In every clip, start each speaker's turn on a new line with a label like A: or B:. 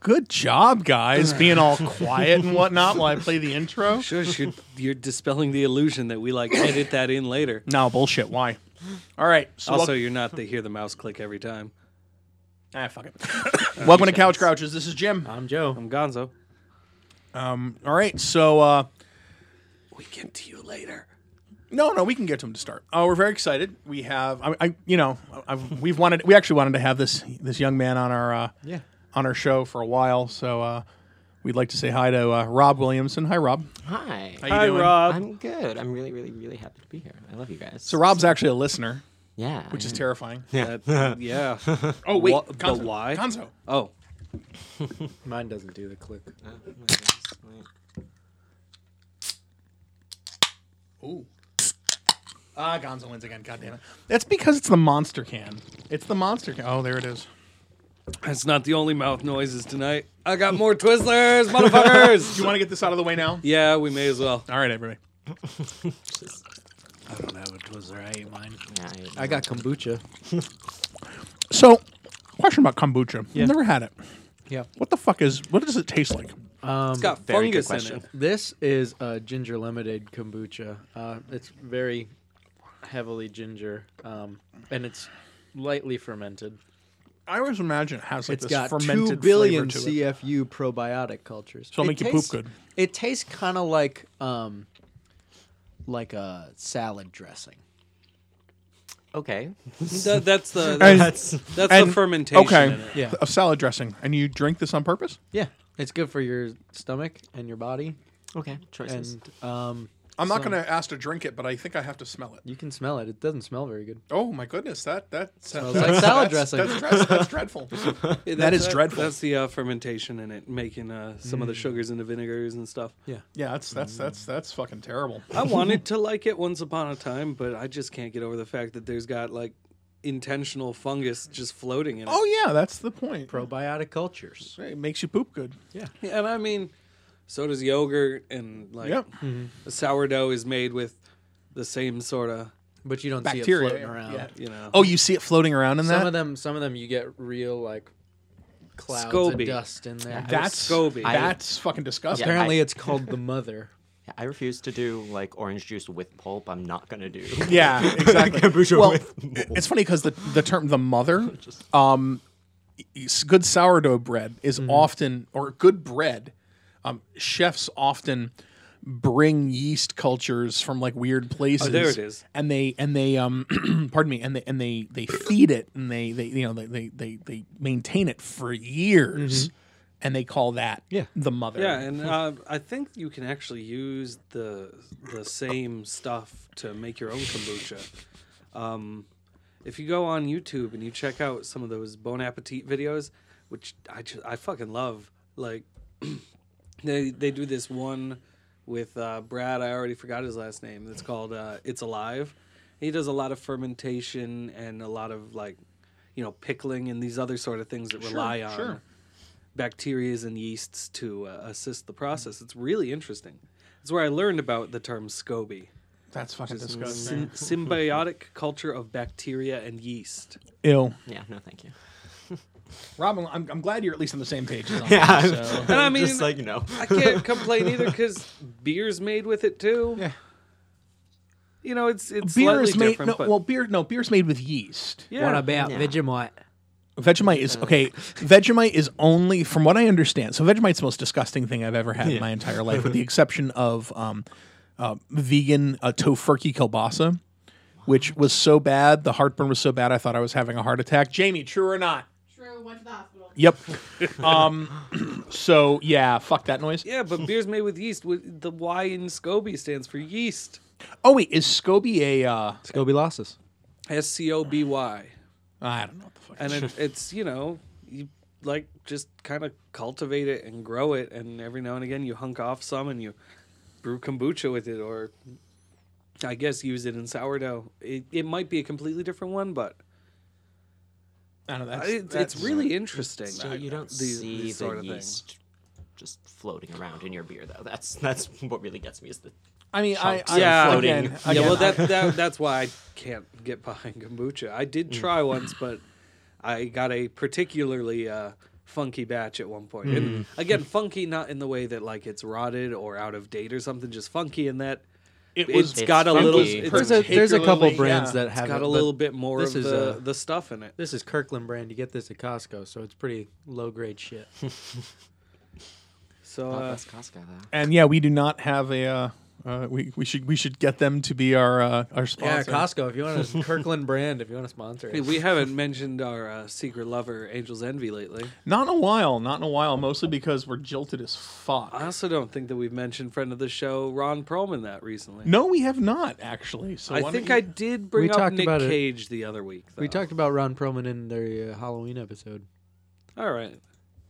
A: good job, guys, being all quiet and whatnot while I play the intro.
B: Sure, you're, you're dispelling the illusion that we like edit that in later.
A: No, bullshit. Why? All right. So
B: Also,
A: wel-
B: you're not to hear the mouse click every time.
A: ah, fuck it. welcome to Couch Crouches. This is Jim.
C: I'm Joe.
B: I'm Gonzo.
A: All right. So, uh,
B: We get to you later.
A: no, no, we can get to him to start. Oh, we're very excited. We have, I, I you know, I, I've- we've wanted, we actually wanted to have this this young man on our uh,
C: Yeah.
A: on our show for a while. So, uh, we'd like to say hi to uh, Rob Williamson. Hi, Rob.
C: Hi.
A: How you
B: Hi,
A: doing?
B: Rob.
C: I'm good. I'm really, really, really happy to be here. I love you guys.
A: So, Rob's actually a listener,
C: yeah,
A: which
C: I
A: is
C: am.
A: terrifying.
B: That- yeah.
A: Oh wait,
B: Wha- but
A: Gonzo.
B: why?
A: Gonzo.
B: Oh,
D: Mine doesn't do the click.
C: Oh, my goodness. Wait.
A: Ooh. Ah, Gonzo wins again. God damn it. That's because it's the monster can. It's the monster can. Oh, there it is.
B: that's not the only mouth noises tonight. I got more Twizzlers, motherfuckers.
A: Do you want to get this out of the way now?
B: yeah, we may as well.
A: All right, everybody.
D: I don't have a Twizzler. I ate mine.
C: Yeah, I,
D: I got kombucha.
A: So, question about kombucha. I've Never had it.
D: Yeah.
A: What the fuck is? What does it taste like?
B: It's got
C: very good
B: fungus in it.
D: This is uh, ginger lemonade kombucha. Uh, it's very heavily ginger, um, and it's lightly fermented.
A: I always imagine it has like
D: It's
A: this
D: got
A: fermented
D: two billion
A: flavor to it.
D: CFU probiotic cultures.
A: So it'll
D: It
A: make you poop
D: tastes-
A: good.
D: It tastes kind of like um, like a salad dressing.
C: okay.
B: That- that's the
A: And-
B: that's, that's the
A: and-
B: fermentation.
A: okay.
B: In it.
D: Yeah.
A: A salad dressing, and you drink this on purpose?
D: Yeah, it's good for your stomach and your body,
C: Okay. Choices.
D: and um,
A: I'm not
D: So-
A: gonna ask to drink it, but I think I have to smell it.
D: you can smell it. It doesn't smell very good.
A: Oh my goodness, that that
D: Smells like salad dressing.
A: That's, dress- that's dreadful.
B: Yeah,
A: That
B: that's-
A: is dreadful. Mm.
B: That's the uh, fermentation in it, making uh, some of the sugars into vinegars and stuff.
D: Yeah.
A: Yeah, that's that's that's that's fucking terrible.
B: I wanted to like it once upon a time, but I just can't get over the fact that there's got like intentional fungus just floating in it.
A: Oh yeah, that's the point.
D: Probiotic cultures.
A: It makes you poop good.
B: And I mean, so does yogurt, and like
A: Yep.
B: Mm-hmm. sourdough is made with the same sort of,
D: But you don't
A: Bacteria,
D: see it floating
A: yeah.
D: around.
A: Yeah.
B: you know.
A: Oh, you see it floating around in
D: Some
A: that?
D: of them, some of them, you get real like clouds
B: Scoby.
D: of dust in there.
A: that's
B: Scoby. I-
A: that's fucking disgusting.
C: Yeah,
D: Apparently, it's called the mother.
C: Yeah, I refuse to do like orange juice with pulp. I'm not gonna do.
A: Yeah, exactly.
C: Kombucha
A: well,
C: with-
A: it- it's funny because the the term the mother, um, s- good sourdough bread is often or good bread, um, chefs often bring yeast cultures from like weird places.
B: there it is.
A: And they and they um, pardon me, and they and they they feed it and they they you know they they they, they maintain it for years, and they call that
D: Yeah.
A: the mother.
B: Yeah, and uh, I think you can actually use the the same stuff to make your own kombucha. Um, if you go on YouTube and you check out some of those Bon Appetit videos, which I just, I fucking love, like they they do this one with uh, Brad. I already forgot his last name. That's called uh, It's Alive. He does a lot of fermentation and a lot of like, you know, pickling and these other sort of things that rely on
A: sure.
B: bacterias and yeasts to uh, assist the process. It's really interesting. It's where I learned about the term SCOBY,
A: that's fucking disgusting.
B: syn- symbiotic culture of bacteria and yeast.
A: Ew.
C: yeah. No, thank you.
A: Robin, I'm, I'm glad you're at least on the same page. As I am,
C: Yeah.
A: so-
B: And I mean,
C: just like no.
B: I can't complain either because beer's made with it too.
A: Yeah.
B: You know, it's it's
A: beer
B: slightly
A: is made
B: different.
A: no,
B: but
A: well beer no beer's made with yeast
B: yeah.
D: What about
C: Yeah.
D: Vegemite?
A: vegemite is okay vegemite is only from what i understand so vegemite's the most disgusting thing i've ever had in my entire life with the exception of um, uh, vegan uh, tofurkey kielbasa which was so bad the heartburn was so bad i thought i was having a heart attack jamie true or not
E: True, went to the hospital.
A: yep um, so yeah fuck that noise
B: Yeah, but beer's made with yeast. With- The Y in SCOBY stands for yeast.
A: oh wait is scoby a uh,
D: Scoby losses.
B: S C O B Y.
A: i don't know what the fuck
B: And it, it's, you know, you like just kind of cultivate it and grow it. And every now and again you hunk off some and you brew kombucha with it or I guess use it in sourdough. It, it might be a completely different one, but
A: i don't know that's,
B: it,
A: that's
B: it's really interesting.
C: So you don't
B: These-
C: see
B: these
C: the
B: sort of things.
C: yeast just floating around in your beer, though. That's that's what really gets me is the
A: i mean I,
C: Chunks
A: I
B: yeah,
C: floating.
A: again,
C: Yeah,
B: yeah,
A: again,
B: well,
A: I-
B: that, that that's why I can't get behind kombucha. I did try once, but I got a particularly uh, funky batch at one point. And again, funky not in the way that like it's rotted or out of date or something, just funky in that
A: It
B: it's got a
C: funky.
B: little
C: It's
B: it's
D: There's a there's a couple
A: Particularly,
D: brands
A: yeah.
D: that have
B: got
D: it,
B: a
D: but
B: little bit more
D: this
B: of
D: is,
B: the,
D: uh,
B: the stuff in it.
D: This is Kirkland brand. You get this at Costco, so it's pretty low grade shit.
B: So
C: Oh,
B: uh,
C: that's Costco though.
A: and yeah, we do not have a. Uh, uh, we we should we should get them to be our uh, our
D: yeah,
A: sponsor.
D: Costco. If you want a Kirkland brand, if you want to sponsor
B: hey,
D: it,
B: we haven't mentioned our uh, secret lover, Angel's Envy, lately.
A: Not in a while, not in a while. Mostly because we're jilted as fuck.
B: I also don't think that we've mentioned friend of the show Ron Perlman that recently.
A: no, we have not actually. So
B: I
A: why don't
B: think
A: you-
B: I did bring
D: We
B: up
D: talked
B: Nick
D: about it.
B: Cage the other week. Though.
D: we talked about Ron Perlman in the uh, Halloween episode.
B: All right,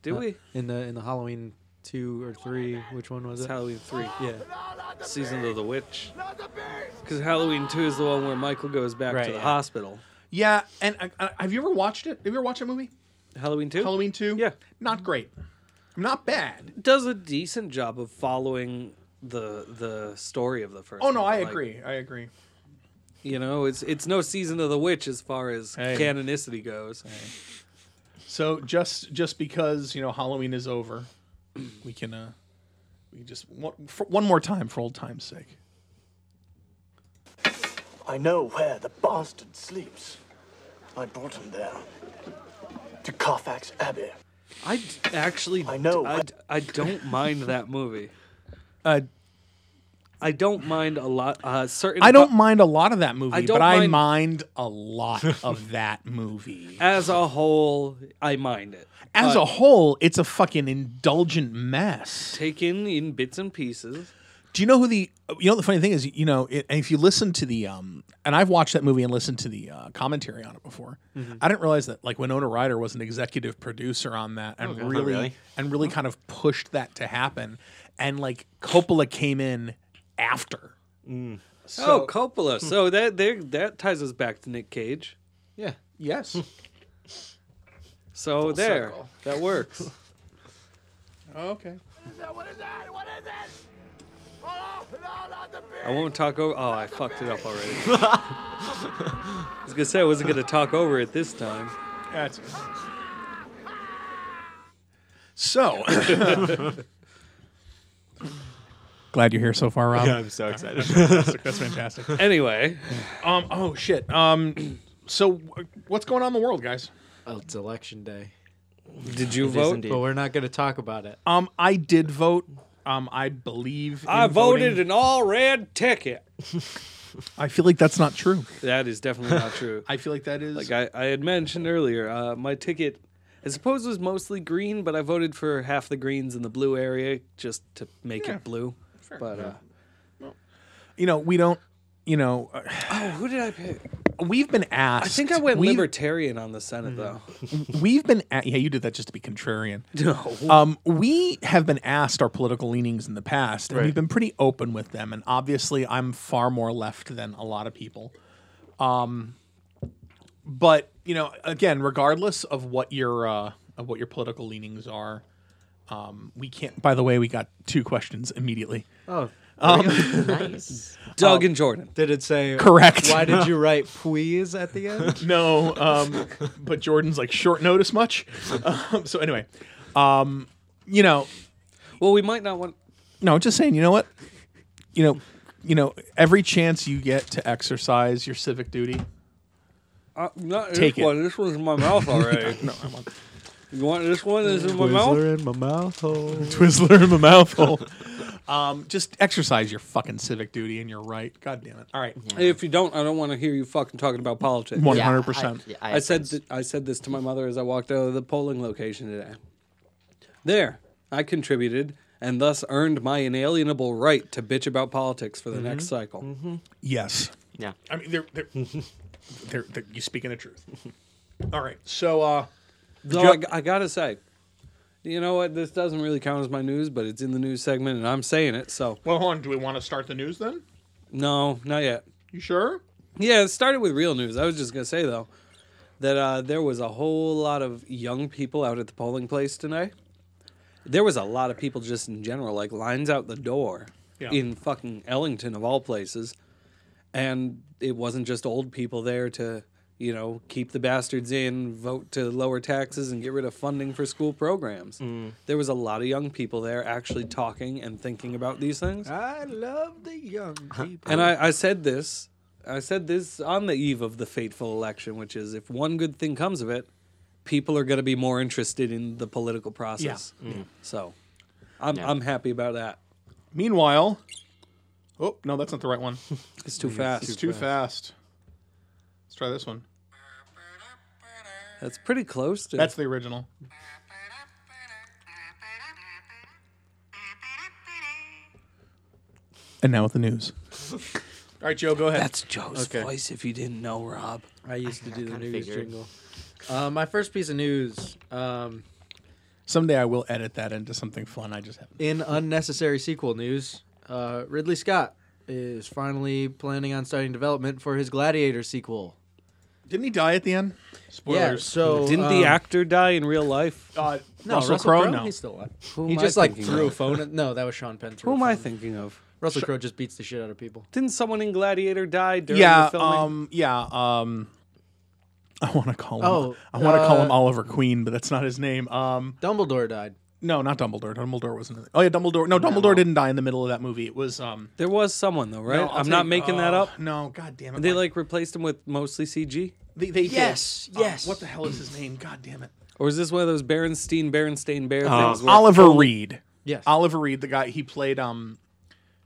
B: did
D: Uh,
B: we?
D: In the in the Halloween two or three, which one was
B: It's
D: it?
B: Halloween three,
D: yeah,
B: season of the witch. Because Halloween two is the one where Michael goes back
D: Right,
B: to the
D: yeah.
B: hospital.
A: Yeah, and I, I, have you ever watched it? Have you ever watched that movie?
B: Halloween two
A: Halloween two.
B: Yeah.
A: not great. Not bad.
B: does a decent job of following the the story of the first.
A: Oh no,
B: one.
A: I
B: Like,
A: agree. I agree.
B: you know, it's it's no season of the witch as far as
A: Hey.
B: canonicity goes.
A: So just just because you know Halloween is over, we can uh, we can just one, for one more time for old time's sake.
E: I know where the bastard sleeps. I brought him there. To Carfax Abbey.
B: I d- actually,
E: I know.
B: I, d- I don't mind that movie.
A: Uh,
B: I don't mind a lot. Uh, certain.
A: I don't
B: pu-
A: mind a lot of that movie,
B: I don't
A: but I
B: mind- Uh,
A: mind a lot of that movie.
B: as a whole, I mind it.
A: As
B: But
A: a whole, it's a fucking indulgent mess.
B: taken in bits and pieces.
A: Do you know who the you know the funny thing is you know it, and if you listen to the um and I've watched that movie and listened to the uh, commentary on it before I didn't realize that like Winona Ryder was an executive producer on that and
C: God. Oh,
A: really,
C: really?
A: and really kind of pushed that to happen and like Coppola came in after
B: oh, Coppola.
A: Hmm.
B: so that there that ties us back to Nick Cage.
D: yeah.
A: yes
B: So there,
C: circle.
B: that works.
A: okay
B: I won't talk over. Oh, I fucked it up already. I was gonna say I wasn't gonna talk over it this time.
A: that's so glad you're here so far Rob
C: I'm so excited.
A: that's fantastic
B: Anyway,
A: Um. Oh shit. Um. So w- what's going on in the world, guys?
D: Oh, it's election day,
B: did you vote?
C: indeed.
D: but we're not going to talk about it.
A: Um. I did vote. Um. I believe. in
B: I voted
A: voting.
B: an all red ticket.
A: I feel like that's not true.
B: That is definitely not true.
A: I feel like that is.
B: Like I, I had mentioned earlier, uh, my ticket, I suppose, was mostly green, but I voted for half the greens in the blue area just to make
A: Yeah.
B: it blue. But uh,
A: you know, we don't. You know, uh,
B: oh, who did I pick?
A: we've been asked.
B: I think I went
A: we've,
B: libertarian on the Senate though.
A: We've been. A- yeah, you did that just to be contrarian.
B: No,
A: Um, we have been asked our political leanings in the past, and we've been pretty open with them. And obviously, I'm far more left than a lot of people. Um, but you know, again, regardless of what your uh, of what your political leanings are, um, we can't. By the way, we got two questions immediately.
D: Oh,
C: nice.
B: Doug and Jordan.
D: did it say
A: Correct.
D: Why did you write please at the end?
A: no, um, but Jordan's like short notice much. Um, so anyway, um, you know,
B: Well, we might not want.
A: No, just saying. You know what? You know, you know. Every chance you get to exercise your civic duty.
B: Uh, not
A: Take it.
B: this one. This one's in my mouth already. no, I want. You want this one? This is in my mouth.
D: in my mouth hole.
A: Twizzler in my mouthful. um, just exercise your fucking civic duty and your right. God damn it. All right.
B: If you don't, I don't want to hear you fucking talking about politics.
A: One
C: Yeah,
A: hundred percent.
C: I, yeah,
B: I said th- I said this to my mother as I walked out of the polling location today. There, I contributed and thus earned my inalienable right to bitch about politics for the next cycle.
A: Yes.
C: yeah.
A: I mean, they're they're, they're, they're you speaking the truth. All right. So, uh,
B: Though
A: you-
B: I, g- I gotta say, you know what? This doesn't really count as my news, but it's in the news segment, and I'm saying it. So
A: well, hold on. Do we want to start the news then?
B: no, not yet.
A: You sure?
B: Yeah, it started with real news. I was just gonna say though that uh, there was a whole lot of young people out at the polling place tonight. There was a lot of people just in general, like lines out the door
A: Yeah.
B: in fucking Ellington of all places, and it wasn't just old people there to you know, keep the bastards in, vote to lower taxes, and get rid of funding for school programs. There was a lot of young people there actually talking and thinking about these things.
F: I love the young people.
B: And I, I said this, I said this on the eve of the fateful election, which is if one good thing comes of it, people are going to be more interested in the political process. Mm. So, I'm I'm happy about that.
A: Meanwhile, oh no, that's not the right one.
B: It's too fast.
A: Mm-hmm. It's too fast. Let's try this one.
B: That's pretty close to.
A: That's the original. And now with the news. All right, Joe, go ahead.
B: That's Joe's voice. If you didn't know, Rob.
D: I used to do the
C: kinda
D: news
C: figured.
D: jingle. Uh, my first piece of news. Um,
A: Someday I will edit that into something fun. I just haven't.
D: in unnecessary sequel news, uh, Ridley Scott is finally planning on starting development for his Gladiator sequel.
A: Didn't he die at the end?
D: Yeah,
A: Spoilers.
D: so
B: Didn't the
D: um,
B: actor die in real life?
A: Uh,
D: no,
A: Russell Crowe? No.
D: He's still alive.
B: Who
D: he
B: am I
D: just like
B: thinking
D: threw
B: of?
D: a phone. At, no, that was Sean Penn.
B: Who
D: threw a
B: am I
D: phone.
B: thinking of?
D: Russell Crowe just beats the shit out of people.
B: Didn't someone in Gladiator die during
A: yeah,
B: the filming?
A: um, yeah, um, I want to call him.
D: Oh,
A: I want to call
D: uh,
A: him Oliver Queen, but that's not his name. Um,
D: Dumbledore died.
A: no, not Dumbledore. Dumbledore wasn't. in it. Oh yeah, Dumbledore. No, Dumbledore didn't die in the middle of that movie. It was. Um,
B: there was someone though, right?
A: no, I'll
B: I'm not
A: take-
B: making that
D: uh,
A: oh,
B: up.
A: No, god damn it.
B: They
A: Mike.
B: like replaced him with mostly CG,
A: they, they did.
D: Yes,
A: Um,
D: yes.
A: what the hell is his name? God damn it.
B: or is this one of those Berenstain Berenstain Bear
D: Oh.
B: things? where-
A: Oliver Reed.
D: Yes.
A: Oliver Reed, the guy he played. Um,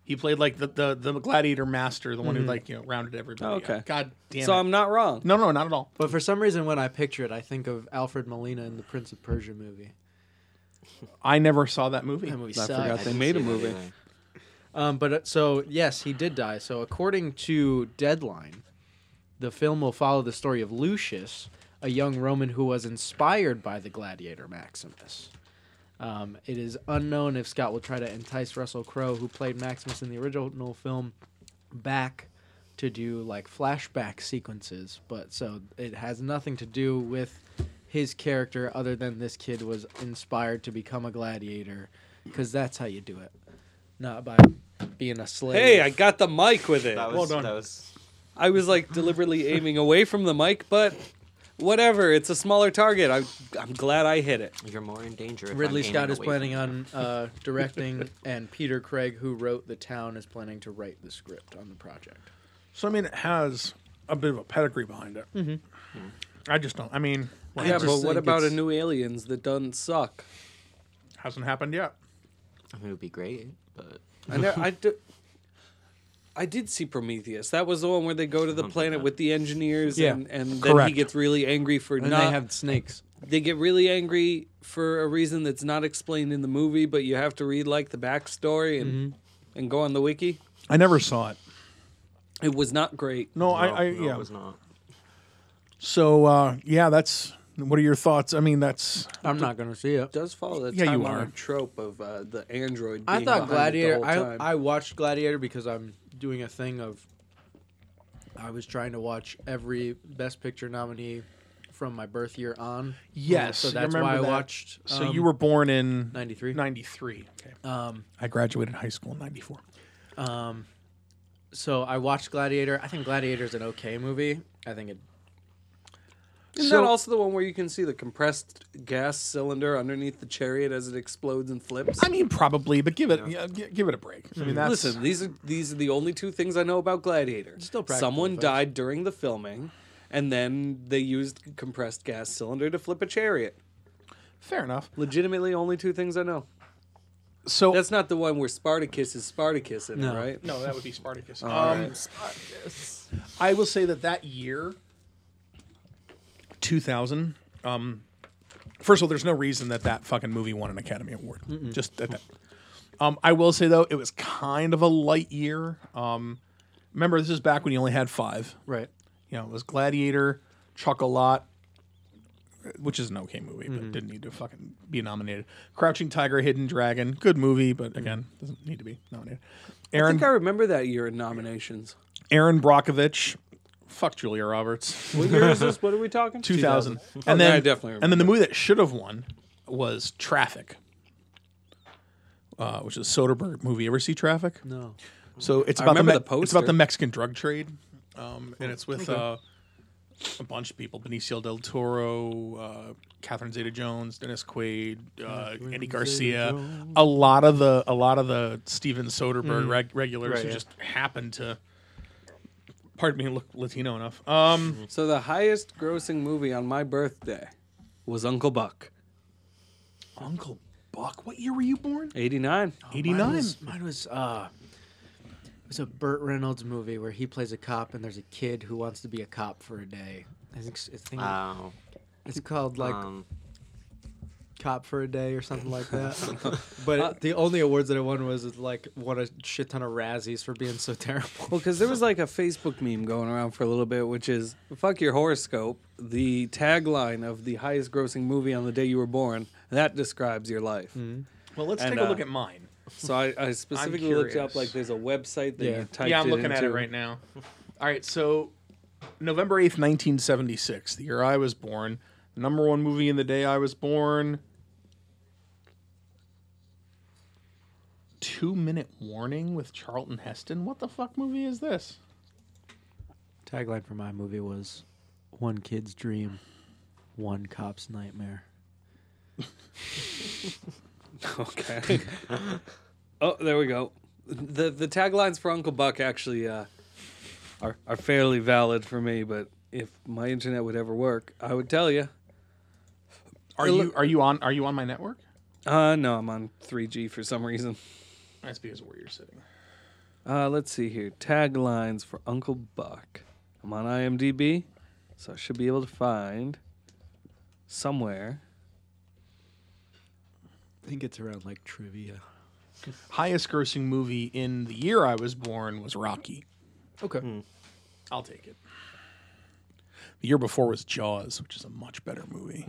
A: he played like the the, the gladiator master, the one who like you know rounded everybody.
B: Oh,
A: up.
B: okay.
A: God damn
B: so
A: it.
B: I'm not wrong.
A: no, no, not at all.
D: But for some reason, when I picture it, I think of Alfred Molina in the Prince of Persia movie.
A: I never saw that movie.
D: That movie
B: I
D: sucked.
B: forgot they made a movie.
D: Um, but uh, so yes, he did die. So according to Deadline, the film will follow the story of Lucius, a young Roman who was inspired by the gladiator Maximus. Um, it is unknown if Scott will try to entice Russell Crowe, who played Maximus in the original film, back to do like flashback sequences. But so it has nothing to do with his character, other than this kid was inspired to become a gladiator, because that's how you do it, not by being a slave.
B: Hey, I got the mic with it.
C: That was,
A: Well done.
C: That was
B: I was like deliberately aiming away from the mic, but whatever. It's a smaller target. I, I'm glad I hit it.
C: you're more in danger. If
D: Ridley
C: I'm aiming
D: Scott is
C: away
D: planning
C: from
D: on uh, directing, and Peter Craig, who wrote The Town, is planning to write the script on the project.
A: So I mean, it has a bit of a pedigree behind it. Mm-hmm. I just don't. I mean,
B: Yeah,
A: whatever.
B: but
D: just
B: what
D: think
B: about a
D: it's-
B: new Aliens that doesn't suck?
A: hasn't happened yet.
C: I mean, it would be great, but
B: I, know, I, d- I did see Prometheus. That was the one where they go to the planet with the engineers,
D: Yeah,
B: and, and then he
A: correct.
B: gets really angry for
D: And
B: not.
D: they have snakes.
B: they get really angry for a reason that's not explained in the movie, but you have to read like the backstory and and go on the wiki.
A: I never saw it.
B: It was not great.
A: No, I,
C: no,
A: I
C: no,
A: yeah.
C: it was not.
A: So uh, yeah, that's. What are your thoughts? I mean, that's
D: I'm not going to see it.
B: does follow that
A: Yeah, you
B: time
A: are.
B: honored trope of uh, the android.
D: I
B: being
D: thought
B: behind it the
D: Gladiator.
B: whole
D: I,
B: time.
D: I watched Gladiator because I'm doing a thing of. I was trying to watch every Best Picture nominee from my birth year on.
A: yes.
D: So
A: I
D: that's why
A: remember
D: I
A: that.
D: watched.
A: So
D: um,
A: you were born in
D: 93.
A: '93. Okay.
D: Um,
A: I graduated high school in '94.
D: um, so I watched Gladiator. I think Gladiator's an okay movie. I think it.
B: Isn't
D: So-
B: that also the one where you can see the compressed gas cylinder underneath the chariot as it explodes and flips?
A: I mean, probably, but give it yeah, Mm-hmm. gi- give it a break. I mean, that's
B: Listen, these are these are the only two things I know about Gladiator.
D: Still practical
B: Someone
D: effects.
B: died during the filming, and then they used compressed gas cylinder to flip a chariot.
A: fair enough.
B: Legitimately, only two things I know.
A: So
B: That's not the one where Spartacus is Spartacus in
D: No.
B: it, right?
A: no, oh, that would be Spartacus.
B: All
A: Um,
B: right.
A: I will say that that year, 2000. Um, first of all, there's no reason that that fucking movie won an Academy Award. Just that. that. Um, I will say though, it was kind of a light year. Um, remember, this is back when you only had five.
D: Right.
A: You know, it was Gladiator, Chuck a Lot, which is an okay movie, but didn't need to fucking be nominated. Crouching Tiger, Hidden Dragon, good movie, but again, doesn't need to be nominated.
B: I
A: Aaron
B: think I remember that year in nominations.
A: Aaron Brockovich, fuck Julia Roberts,
B: What year is this? What are we talking?
A: 2000.
B: Oh,
A: And
B: yeah,
A: then
B: I definitely
A: and then the movie that should have won was Traffic. Uh, which is Soderbergh movie. Ever see Traffic?
D: No.
A: So it's
B: I
A: about the, Me-
B: remember the
A: it's about
B: poster.
A: the Mexican drug trade, um, and it's with uh, a bunch of people: Benicio del Toro, uh, Catherine Zeta-Jones, Dennis Quaid, uh, Andy Garcia. A lot of the a lot of the Steven Soderbergh reg- regulars
B: Right,
A: who
B: yeah.
A: just happened to, pardon me, look Latino enough. Um,
B: So the highest grossing movie on my birthday was Uncle Buck,
A: Uncle Buck, what year were you born?
B: 89.
A: Eighty
D: Mine
A: nine.
D: was, mine was uh, it was a Burt Reynolds movie where he plays a cop and there's a kid who wants to be a cop for a day. I think it's, I think
C: Wow.
D: it's called like
C: Uh, um,
D: Cop for a Day or something like that. but
C: Uh,
D: it, the only awards that I won was like won a shit ton of Razzies for being so terrible.
B: Well, because there was like a Facebook meme going around for a little bit, which is "fuck your horoscope." The tagline of the highest-grossing movie on the day you were born that describes your life.
D: Mm-hmm.
A: Well, let's
B: And,
A: take a look
B: uh,
A: at mine.
B: So I, I specifically looked
A: curious.
B: up like there's a website that
D: Yeah.
B: you type.
A: yeah, I'm looking at it right now. All right, so November 8th, 1976, the year I was born. The number one movie in the day I was born. Two Minute Warning with Charlton Heston. What the fuck movie is this?
D: Tagline for my movie was "One kid's dream, one cop's nightmare."
B: Okay. oh, there we go. the The taglines for Uncle Buck actually uh, are are fairly valid for me, but if my internet would ever work, I would tell you.
A: Are
B: It lo-
A: you are you on are you on my network?
B: Uh, no, I'm on 3G for some reason.
A: That's because of where you're sitting.
B: Uh, let's see here. Taglines for Uncle Buck. I'm on IMDb, so I should be able to find somewhere.
D: I think it's around like trivia.
A: Highest grossing movie in the year I was born was Rocky.
D: Okay.
C: hmm,
A: I'll take it. The year before was Jaws, which is a much better movie.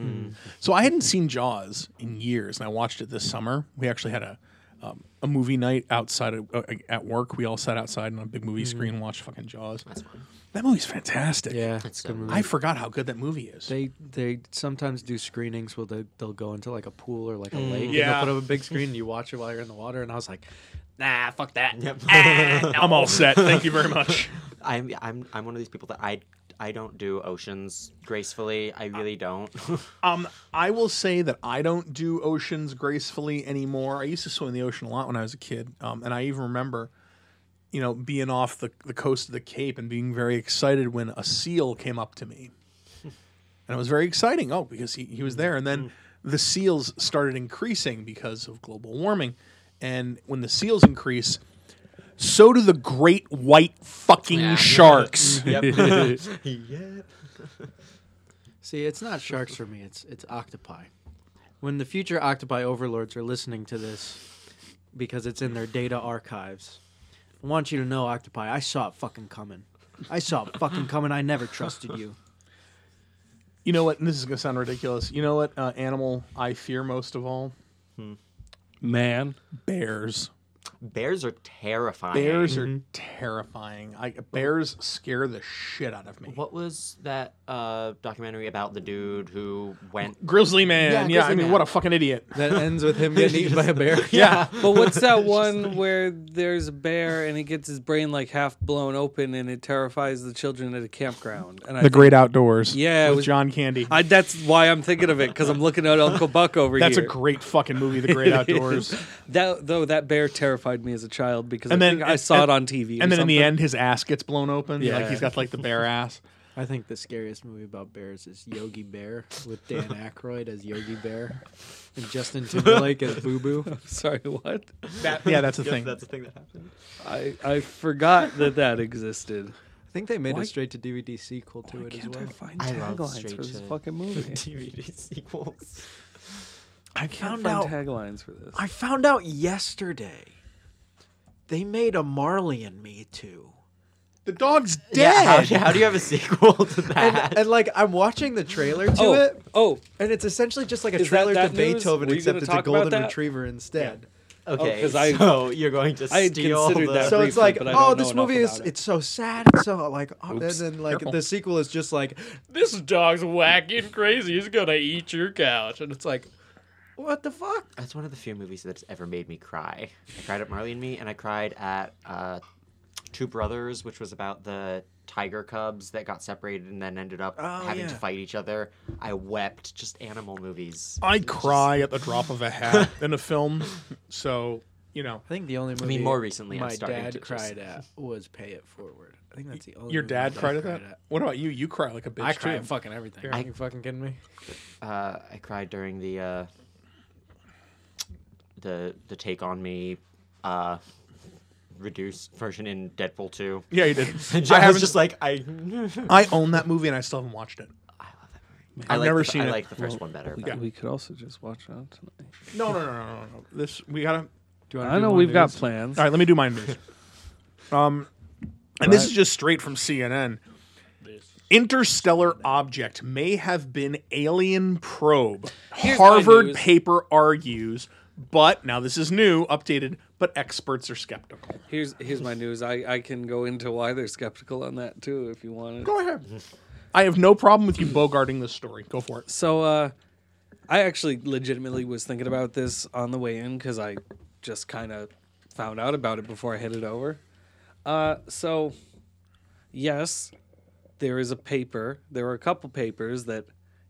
A: So I hadn't seen Jaws in years, and I watched it this summer. We actually had a um, a movie night outside of, uh, at work. We all sat outside on a big movie screen and watched fucking Jaws.
C: that's fun.
A: That movie's fantastic.
D: Yeah,
C: That's
D: it's a good
C: good.
D: movie.
A: I forgot how good that movie is.
D: They they sometimes do screenings where they they'll go into like a pool or like a lake.
A: Yeah.
D: And they'll put up a big screen and you watch it while you're in the water. And I was like,
C: Nah, fuck that. Yep.
A: I'm all set. Thank you very much.
C: I'm I'm I'm one of these people that I I don't do oceans gracefully. I really don't.
A: Um, I will say that I don't do oceans gracefully anymore. I used to swim in the ocean a lot when I was a kid, um, and I even remember, you know, being off the, the coast of the Cape and being very excited when a seal came up to me, and it was very exciting. Oh, because he, he was there, and then the seals started increasing because of global warming, and when the seals increase. So do the great white fucking
C: Yeah. Mm-hmm.
A: sharks.
C: yep. yeah.
D: see, it's not sharks for me. It's it's octopi. When the future octopi overlords are listening to this, because it's in their data archives, I want you to know, octopi, I saw it fucking coming. I saw it fucking coming. I never trusted you.
A: You know what? And this is going to sound ridiculous. You know what uh, animal I fear most of all?
B: Man.
A: bears.
C: Bears are terrifying.
A: Bears are terrifying. I bears scare the shit out of me.
C: What was that uh, documentary about the dude who went?
A: Grizzly man. Yeah,
C: Yeah, Grizzly
A: I mean,
C: Man.
A: what a fucking idiot.
D: That ends with him getting eaten by a bear.
A: Yeah.
B: But what's that one where there's a bear and he gets his brain like half blown open and it terrifies the children at a campground? And I think-
A: Outdoors.
B: Yeah, it
A: with
B: was-
A: John Candy.
B: I, that's why I'm thinking of it because I'm looking at Uncle Buck over
A: That's a
B: here.
A: great fucking movie, The Great Outdoors.
B: that though that bear terrified me as a child because
A: And
B: I,
A: then-
B: think I
A: and-
B: saw it
A: and-
B: on TV. or
A: and then in the
B: something.
A: end, his ass gets blown open. Yeah, like
B: Yeah.
A: he's got like the bear ass.
D: I think the scariest movie about bears is Yogi Bear with Dan Aykroyd as Yogi Bear and Justin Timberlake as Boo Boo.
B: sorry, what?
A: yeah, that's the
C: Yes,
A: thing.
C: That's the thing that happened.
B: I I forgot that that existed.
D: I think they made
B: Why-
D: a straight to DVD sequel to it as well.
B: find
C: I love straight to-
B: movie?
C: DVD sequels.
B: I can't
D: found out-
B: taglines for this.
D: I found out yesterday they made a Marley and Me too.
A: The dog's
C: Yeah. How,
A: dead.
C: do you- how do you have a sequel to that?
D: And, uh, and like I'm watching the trailer to
B: oh,
D: it,
B: oh,
D: and it's essentially just like a
B: Is that
D: trailer
B: that
D: to
B: news?
D: Beethoven,
B: Were you
D: except
B: gonna
D: it's a
B: talk about
D: golden
B: that?
D: retriever instead.
C: okay,
B: 'cause I-
C: so you're going to
B: I had
C: steal
B: considered
C: the...
B: that
D: so it's
B: briefly,
D: like,
B: but I don't
D: oh,
B: know
D: this
B: enough
D: movie is
B: about it.
D: it's so sad, it's so like, oh, and
A: Oops,
D: then like
A: careful.
D: the sequel is just like this dog's wacky and crazy, he's gonna eat your couch, and it's like, what the fuck?
C: That's one of the few movies that's ever made me cry. I cried at Marley and Me, and I cried at uh, Two Brothers, which was about the tiger cubs that got separated and then ended up having to
A: yeah.
C: fight each other. I wept. Just animal movies.
A: I cry at the drop of a hat in a film. So, you know,
D: I think the only movie
C: more recently I'm
D: my
C: starting
D: dad
C: to just-
D: cried at was Pay It Forward. I think that's the only
A: your
D: movie my
A: dad Oh, cried at that? What about you? You cry like a bitch.
D: I cry at
A: too.
D: fucking everything.
A: Yeah.
D: Are you fucking kidding me?
C: Uh, I cried during the uh, the the Take on Me uh, reduced version in Deadpool Two.
A: Yeah, you did.
C: I,
A: I
C: was
A: haven't
C: just like I.
A: I own that movie and I still haven't watched it.
C: I like
A: never
C: the,
A: seen
C: I
A: it.
C: like the first one better. but-
A: Yeah.
B: We could also just watch it on tonight.
A: No, no, no, no, no, no. This we gotta.
D: Do you wanna
B: I
D: do
B: know
D: one
B: we've
D: of
B: got
D: these?
B: plans.
A: All right, let me do mine news. Um, and this is just straight from CNN. Interstellar object may have been alien probe.
B: my
A: Harvard
B: news.
A: paper argues, but now this is new, updated, but experts are skeptical.
B: Here's here's my news. I, I can go into why they're skeptical on that too if you wanted.
A: Go ahead. I have no problem with you bogarting this story. Go for it.
B: So uh I actually legitimately was thinking about this on the way in cuz I just kind of found out about it before I headed over. Uh so yes, there is a paper. There are a couple papers that,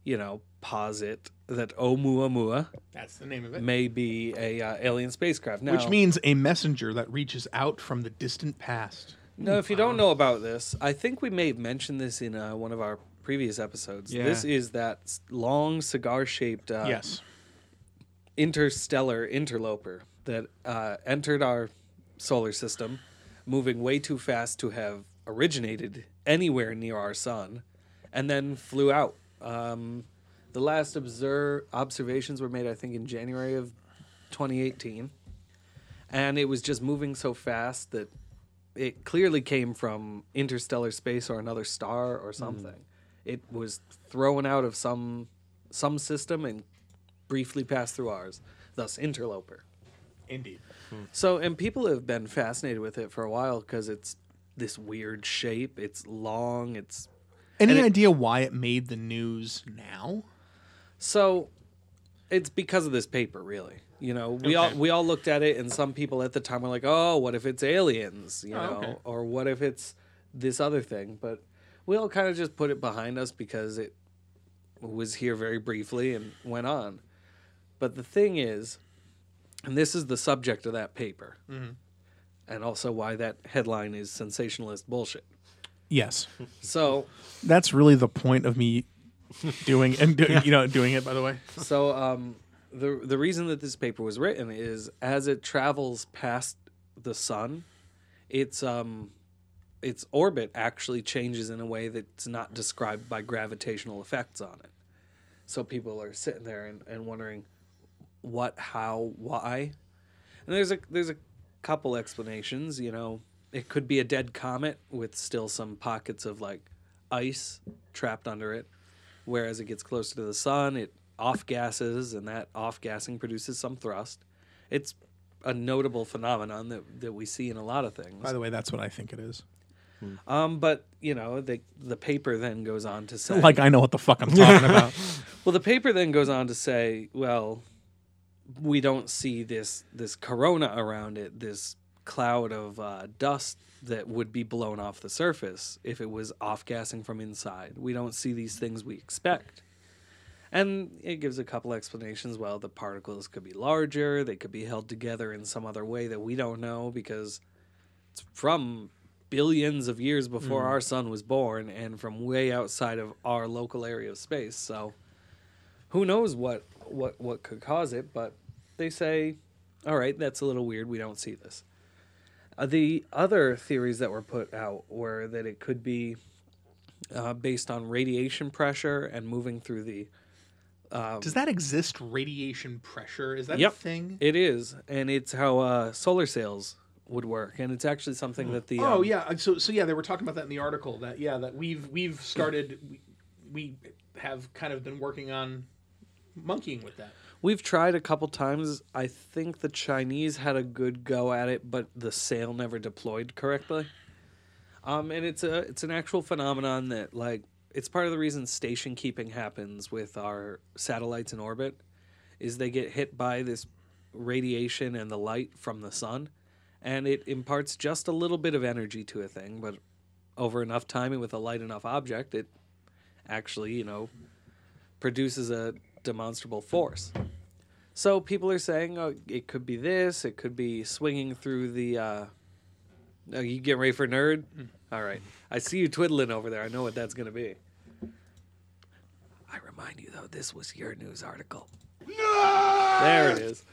B: you know, posit that Oumuamua
A: That's the name of it.
B: may be a uh, alien spacecraft. Now,
A: Which means a messenger that reaches out from the distant past.
B: No, if you don't know about this, I think we may have mentioned this in uh, one of our previous episodes. This is that s- long cigar shaped uh,
A: yes.
B: interstellar interloper that uh, entered our solar system, moving way too fast to have originated anywhere near our sun, and then flew out. Um, the last observ- observations were made, I think, in January of 2018, and it was just moving so fast that it clearly came from interstellar space or another star or something. It was thrown out of some some system and briefly passed through ours, thus interloper.
A: Indeed.
B: So, and people have been fascinated with it for a while because it's this weird shape. It's long. It's
A: Any idea why it made the news now?
B: so. It's because of this paper, really. You know, we all we all looked at it, and some people at the time were like, "Oh, what if it's aliens?" You know,
A: okay.
B: or what if it's this other thing? But we all kind of just put it behind us because it was here very briefly and went on. But the thing is, and this is the subject of that paper, and also why that headline is sensationalist bullshit.
A: Yes.
B: So,
A: That's really the point of me doing and do, you know doing it. By the way,
B: so um, the the reason that this paper was written is as it travels past the sun, its um, its orbit actually changes in a way that's not described by gravitational effects on it. So people are sitting there and, and wondering what, how, why. And there's a there's a couple explanations. You know, it could be a dead comet with still some pockets of like ice trapped under it. Whereas it gets closer to the sun, it off gases, and that off gassing produces some thrust. It's a notable phenomenon that, that we see in a lot of things.
A: by the way, that's what I think it is.
B: Um, but you know, the the paper then goes on to say,
A: Like I know what the fuck I'm talking about.
B: well, the paper then goes on to say, well, we don't see this this corona around it, this cloud of uh, dust that would be blown off the surface if it was off gassing from inside. We don't see these things we expect. And it gives a couple explanations. Well, the particles could be larger, they could be held together in some other way that we don't know because it's from billions of years before our sun was born and from way outside of our local area of space. So who knows what what what could cause it, but they say, "All right, that's a little weird. We don't see this." Uh, the other theories that were put out were that it could be uh, based on radiation pressure and moving through the
A: Does that exist? Radiation pressure is that
B: Yep.
A: a thing?
B: It is, and it's how uh, solar sails would work, and it's actually something that the
A: Oh
B: um,
A: yeah. uh, So so yeah, they were talking about that in the article. That yeah, that we've we've started. We, we have kind of been working on monkeying with that.
B: We've tried a couple times. I think the Chinese had a good go at it, but the sail never deployed correctly. Um, and it's a it's an actual phenomenon that like it's part of the reason station keeping happens with our satellites in orbit, is they get hit by this radiation and the light from the sun, and it imparts just a little bit of energy to a thing, but over enough time and with a light enough object, it actually, you know, produces a demonstrable force. So people are saying oh, it could be this, it could be swinging through the. Uh, are you getting ready for nerd? All right. I see you twiddling over there. I know what that's going to be. I remind you, though, this was your news article. There it is.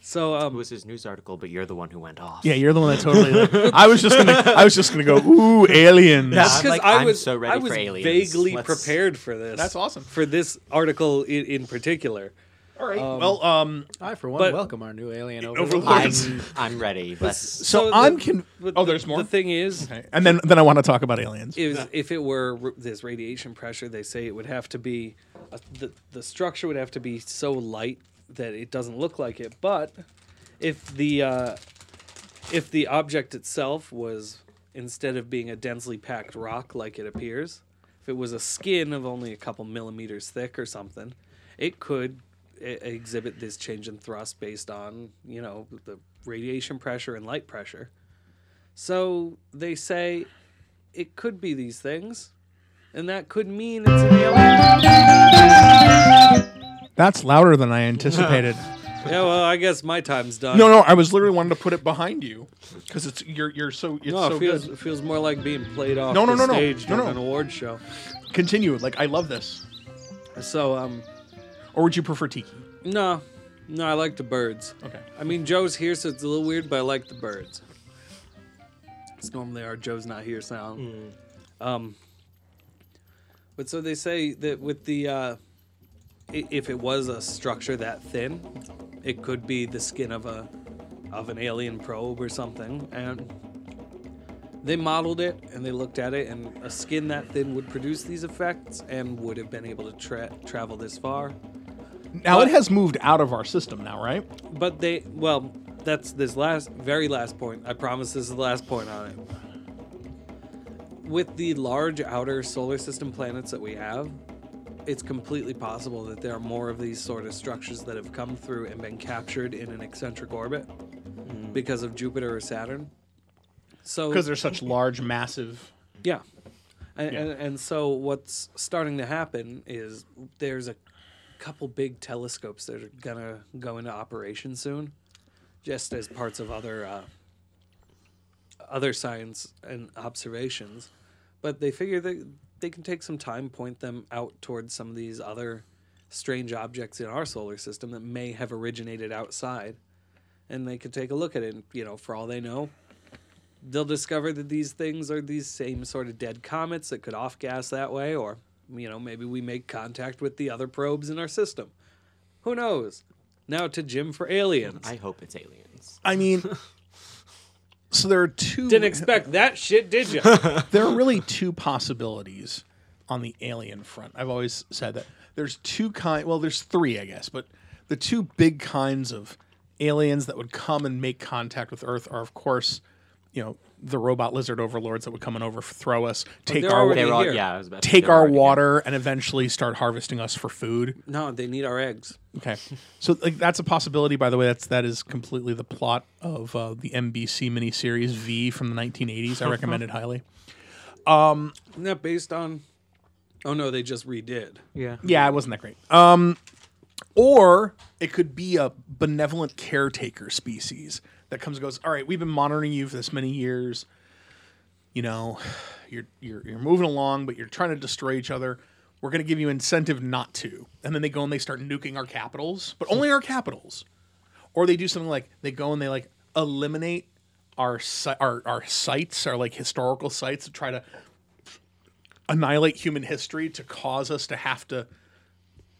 B: So,
C: It
B: um,
C: was his news article, but you're the one who went off.
A: Yeah, you're the one that totally. I was just gonna. I was just gonna go. Ooh, aliens.
C: That's-
B: That's
C: I'm
B: because
C: Uh, like,
B: I
C: I'm
B: was
C: so ready
B: I was
C: for aliens.
B: vaguely
C: Let's-
B: prepared for this.
A: That's awesome.
B: For this article in, in particular.
A: All right. well, um,
D: I, for one,
B: But-
D: welcome our new alien
A: Overlord.
D: overlord.
C: I'm, I'm ready. Let's,
A: so,
B: the-
A: I'm con-
B: but
A: Oh,
B: the-
A: there's more.
B: The thing is,
A: okay. And then then I want to talk about aliens.
B: is if it were r- this radiation pressure, they say it would have to be a, the the structure would have to be so light that it doesn't look like it. But if the uh, if the object itself was instead of being a densely packed rock like it appears, if it was a skin of only a couple millimeters thick or something, it could e- exhibit this change in thrust based on you know the radiation pressure and light pressure. So they say it could be these things, and that could mean it's an alien.
A: That's louder than I anticipated.
B: yeah, well, I guess my time's done.
A: no, no, I was literally wanting to put it behind you because it's you're you're so it's
B: No,
A: so
B: it feels
A: good.
B: it feels more like being played off
A: No, no,
B: the
A: no, no.
B: stage
A: No,
B: during
A: no.
B: an award show.
A: Continue. Like I love this.
B: So, um,
A: Or would you prefer tiki?
B: no, no, I like the birds.
A: Okay.
B: I mean, Joe's here, so it's a little weird, but I like the birds. It's normally our Joe's not here sound. Um, but so they say that with the, uh, i- if it was a structure that thin, it could be the skin of a, of an alien probe or something. And they modeled it and they looked at it, and a skin that thin would produce these effects and would have been able to tra- travel this far.
A: Now
B: But-
A: it has moved out of our system now, right?
B: But they, well, that's this last, very last point. I promise this is the last point on it. With the large outer solar system planets that we have, it's completely possible that there are more of these sort of structures that have come through and been captured in an eccentric orbit because of Jupiter or Saturn. So,
A: Because they're such large, massive.
B: yeah. And,
A: Yeah.
B: And, and so what's starting to happen is there's a couple big telescopes that are going to go into operation soon, just as parts of other uh, other science and observations. But they figure that they can take some time, point them out towards some of these other strange objects in our solar system that may have originated outside. And they could take a look at it. And, you know, for all they know, they'll discover that these things are these same sort of dead comets that could off gas that way, or you know, maybe we make contact with the other probes in our system. Who knows? Now to Jim for aliens.
C: I hope it's aliens.
A: I mean, so there are 2
B: Didn't expect that shit, did you?
A: there are really two possibilities on the alien front. I've always said that there's two kind. Well, there's three, I guess, but the two big kinds of aliens that would come and make contact with Earth are, of course, you know, the robot lizard overlords that would come and overthrow us, take
B: they're
A: our
B: already-
C: They were all,
B: here.
C: yeah, I was about to say
A: take
C: they were
A: our
C: already here.
A: water, and eventually start harvesting us for food.
B: no, they need our eggs.
A: Okay, so like that's a possibility. By the way, that's that is completely the plot of uh, the NBC miniseries V from the 1980s. I recommend it highly.
B: Isn't that based on? Oh no, they just redid.
C: Yeah.
A: Yeah, it wasn't that great. Um, or it could be a benevolent caretaker species that comes and goes. All right, we've been monitoring you for this many years. You know, you're you're you're moving along, but you're trying to destroy each other. We're going to give you incentive not to, and then they go and they start nuking our capitals, but only our capitals. Or they do something like they go and they like eliminate our si- our our sites, our like historical sites, to try to annihilate human history to cause us to have to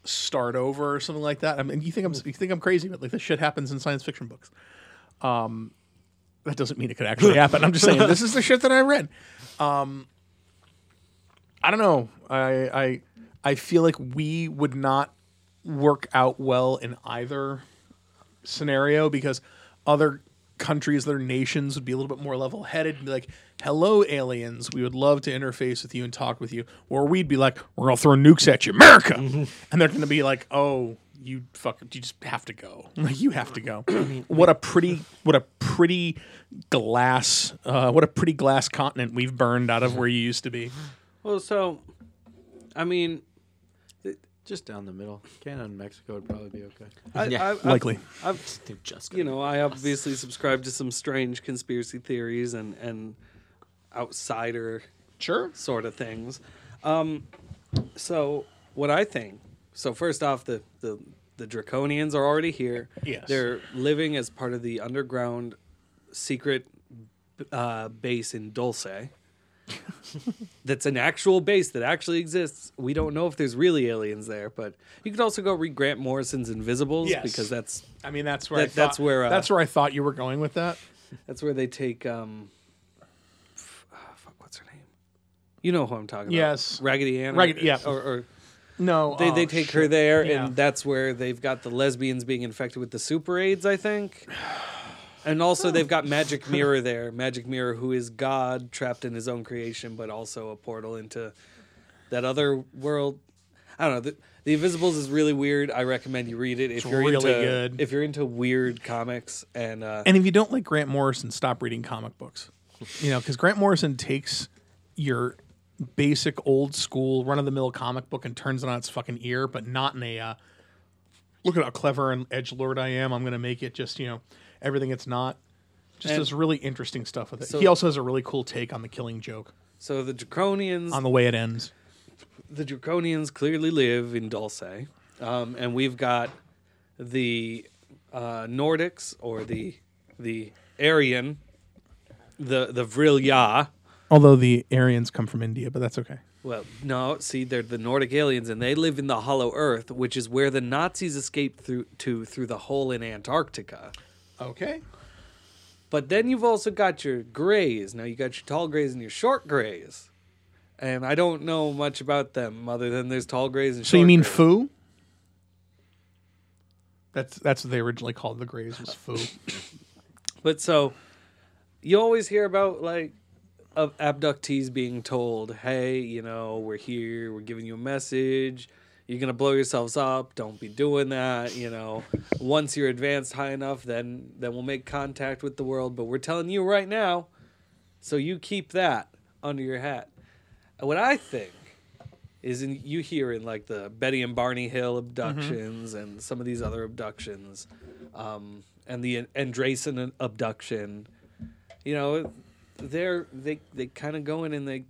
A: start over or something like that. I mean, you think I'm you think I'm crazy, but like this shit happens in science fiction books. Um, that doesn't mean it could actually happen. I'm just saying this is the shit that I read. Um, I don't know. I I I feel like we would not work out well in either scenario because other countries, their nations would be a little bit more level headed and be like, hello, aliens. We would love to interface with you
B: Mm-hmm.
A: and talk with you. Or we'd be like, we're going to throw nukes at you, America. and they're going to be like, oh, you fuck you just have to go. Like you have to go. what a pretty what a pretty glass uh, what a pretty glass continent we've burned out of where you used to be.
B: Well, so, I mean,
D: Just down the middle. Canada and Mexico would probably be okay.
B: I,
C: Yeah,
B: I've,
A: Likely.
B: I've, I've
C: They're just
B: you know, I obviously subscribe to some strange conspiracy theories and and outsider
A: Sure.
B: sort of things. Um, so what I think. So first off, the the the draconians are already here.
A: Yes.
B: they're living as part of the underground secret uh, base in Dulce. That's an actual base that actually exists. We don't know if there's really aliens there, but you could also go read Grant Morrison's Invisibles
A: Yes.
B: because that's
A: I mean that's where I
B: That- that's
A: thought-
B: where, uh,
A: that's where I thought you were going with that.
B: That's where they take um, f- ah, fuck, what's her name? You know who I'm talking
A: Yes.
B: about? Raggedy Ann.
A: Raggedy- yeah.
B: Or, or
A: No,
B: they,
A: oh,
B: they take
A: shit.
B: her there,
A: Yeah.
B: and that's where they've got the lesbians being infected with the super AIDS, I think. And also they've got Magic Mirror there. Magic Mirror, who is God trapped in his own creation, but also a portal into that other world. I don't know. The, the Invisibles is really weird. I recommend you read it if you're
A: really
B: into
A: good.
B: if you're into weird comics and uh,
A: And if you don't like Grant Morrison, stop reading comic books. You know, because Grant Morrison takes your basic old school run of the mill comic book and turns it on its fucking ear, but not in a uh, look at how clever and edge lord I am. I'm going to make it just you know everything it's not. Just
B: And-
A: does really interesting stuff with it.
B: So-
A: he also has a really cool take on the Killing Joke
B: so the Draconians
A: on the way it ends.
B: the draconians clearly live in Dulce, um, and we've got the uh, Nordics or the the Aryan, the the Vrilya.
A: Although the Aryans come from India, but that's okay.
B: Well, no, see, they're the Nordic aliens, and they live in the Hollow Earth, which is where the Nazis escaped through to through the hole in Antarctica.
A: Okay.
B: But then you've also got your grays. Now you got your tall grays and your short grays. And I don't know much about them other than there's tall grays and
A: So
B: short
A: you mean
B: grays.
A: foo? That's that's what they originally called the Greys was foo.
B: But so you always hear about like of abductees being told, "Hey, you know, we're here. We're giving you a message. You're gonna blow yourselves up. Don't be doing that. You know, once you're advanced high enough, then then we'll make contact with the world. But we're telling you right now, so you keep that under your hat. And What I think is, in, you hear in like the Betty and Barney Hill abductions
A: Mm-hmm.
B: and some of these other abductions, um, and the Andresen abduction. You know, they're they they kind of go in and they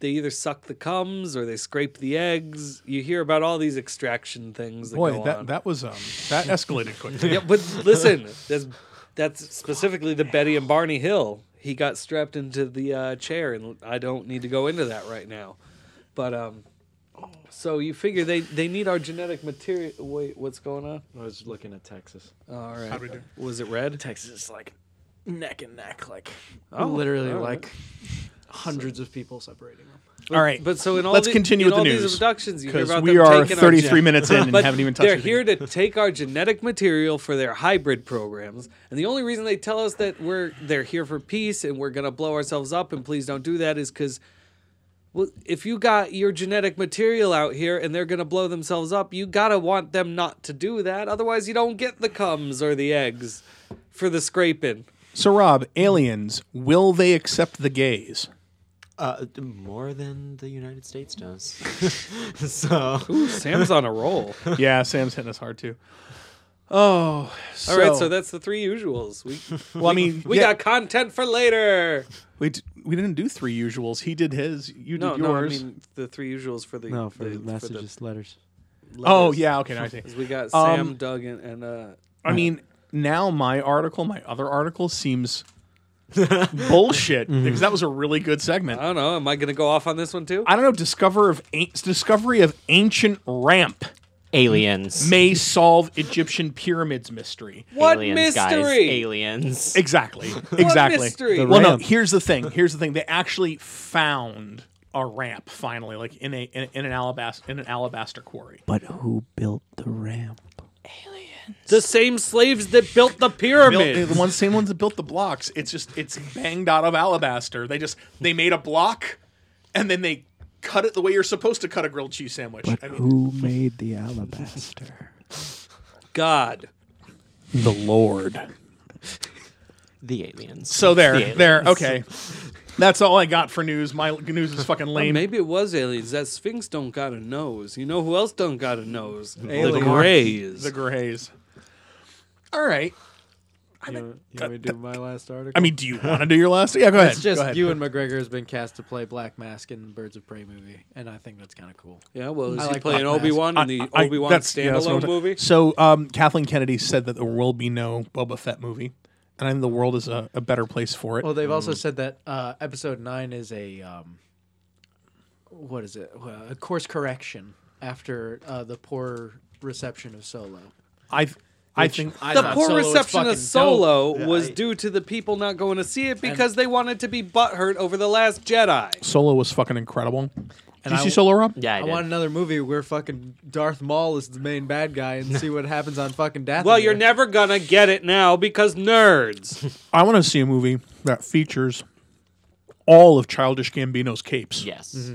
B: they either suck the cums or they scrape the eggs. You hear about all these extraction things. That
A: Boy,
B: go
A: that
B: on.
A: that was um that escalated quickly.
B: yeah, but listen, that's that's specifically the Betty and Barney Hill. He got strapped into the uh, chair, and I don't need to go into that right now. But um, so you figure they they need our genetic material. Wait, what's going on?
D: I was looking at Texas.
B: All right.
A: we do?
B: Was it red?
D: Texas is like neck and neck, like
B: Oh,
D: literally
B: all right.
D: like hundreds of people separating them.
A: All right,
B: But so in all
A: Let's
B: the-
A: continue
B: in
A: with the
B: all
A: news,
B: these abductions, you hear
A: because
B: about
A: we
B: them
A: are
B: taking our
A: 33
B: gen-
A: minutes in and
B: But
A: haven't even touched.
B: they're
A: it
B: here to take our genetic material for their hybrid programs, and the only reason they tell us that we're they're here for peace and we're gonna blow ourselves up and please don't do that is because, well, if you got your genetic material out here and they're gonna blow themselves up, you gotta want them not to do that. Otherwise, you don't get the cums or the eggs for the scraping.
A: So Rob, aliens, will they accept the gays?
C: Uh, more than the United States does. so
B: Sam's on a roll. All right,
A: yeah, Sam's hitting us hard too. Oh,
B: so,
A: so,
B: that's the three usuals. We
A: well, I mean,
B: we
A: yeah,
B: got content for later.
A: we d- we didn't do three usuals. He did his, you did
B: No, no, I
A: yours.
B: mean the three usuals for the
D: No, for
B: the-
D: the messages, letters.
A: oh
B: letters.
A: yeah, okay, now I see.
B: 'Cause we got
A: Um,
B: Sam, Doug, and, and uh,
A: I mean, now my article, my other article seems bullshit
B: Mm-hmm.
A: because that was a really good segment.
B: I don't know. Am I gonna go off on this one too?
A: I don't know. Discover of an- discovery of ancient ramp
C: aliens.
A: may solve Egyptian pyramids mystery.
B: what
C: aliens, guys.
B: mystery?
C: Aliens.
A: Exactly. Exactly.
B: mystery? The
A: Well, no.
D: ramp.
A: Here's the thing. Here's the thing. They actually found a ramp finally, like in a in, in an alabaster in an alabaster quarry.
D: But who built the ramp?
B: the same slaves that built the
A: Built-
B: pyramids.
A: the one same ones that built the blocks. It's just it's banged out of alabaster. They just they made a block, and then they cut it the way you're supposed to cut a grilled cheese sandwich. I mean,
G: Who made the alabaster?
B: God.
A: the Lord.
C: The aliens.
A: So there,
C: The
A: there. Okay, that's all I got for news. My news is fucking lame.
B: Maybe it was aliens. That Sphinx don't got a nose. You know who else don't got a nose? The
A: Aliens.
B: Greys.
A: the Grays. All right.
D: You want me to do my last article?
A: I mean, do you want to do your last? Yeah, go ahead.
D: it's
A: go
D: just
A: ahead.
D: Ewan McGregor has been cast to play Black Mask in the Birds of Prey movie, and I think that's kind of cool.
B: yeah, well, is
D: I
B: he
D: like
B: playing
D: Black Mask.
B: Obi Wan in the
A: I-
B: Obi Wan
A: that's- yeah, that's what I'm
B: standalone
A: ta-
B: movie?
A: So um, Kathleen Kennedy said that there will be no Boba Fett movie, and I think the world is a, a better place for it.
D: Well, they've also said that uh, Episode Nine is a um, what is it? Well, a course correction after uh, the poor reception of Solo.
A: I, I think
D: I
B: the
D: thought
B: poor
D: Solo was
B: reception
D: fucking
B: of
D: dope.
B: Solo was due to the people not going to see it because they wanted to be butthurt over the Last Jedi.
A: Solo was fucking incredible. Did you
D: I-
A: see Solo, Rob?
C: Yeah, I,
D: I
C: did.
D: want another movie where fucking Darth Maul is the main bad guy and see what happens on fucking Dathomir.
B: Well, you're never gonna get it now because nerds.
A: I want to see a movie that features all of Childish Gambino's capes.
C: Yes.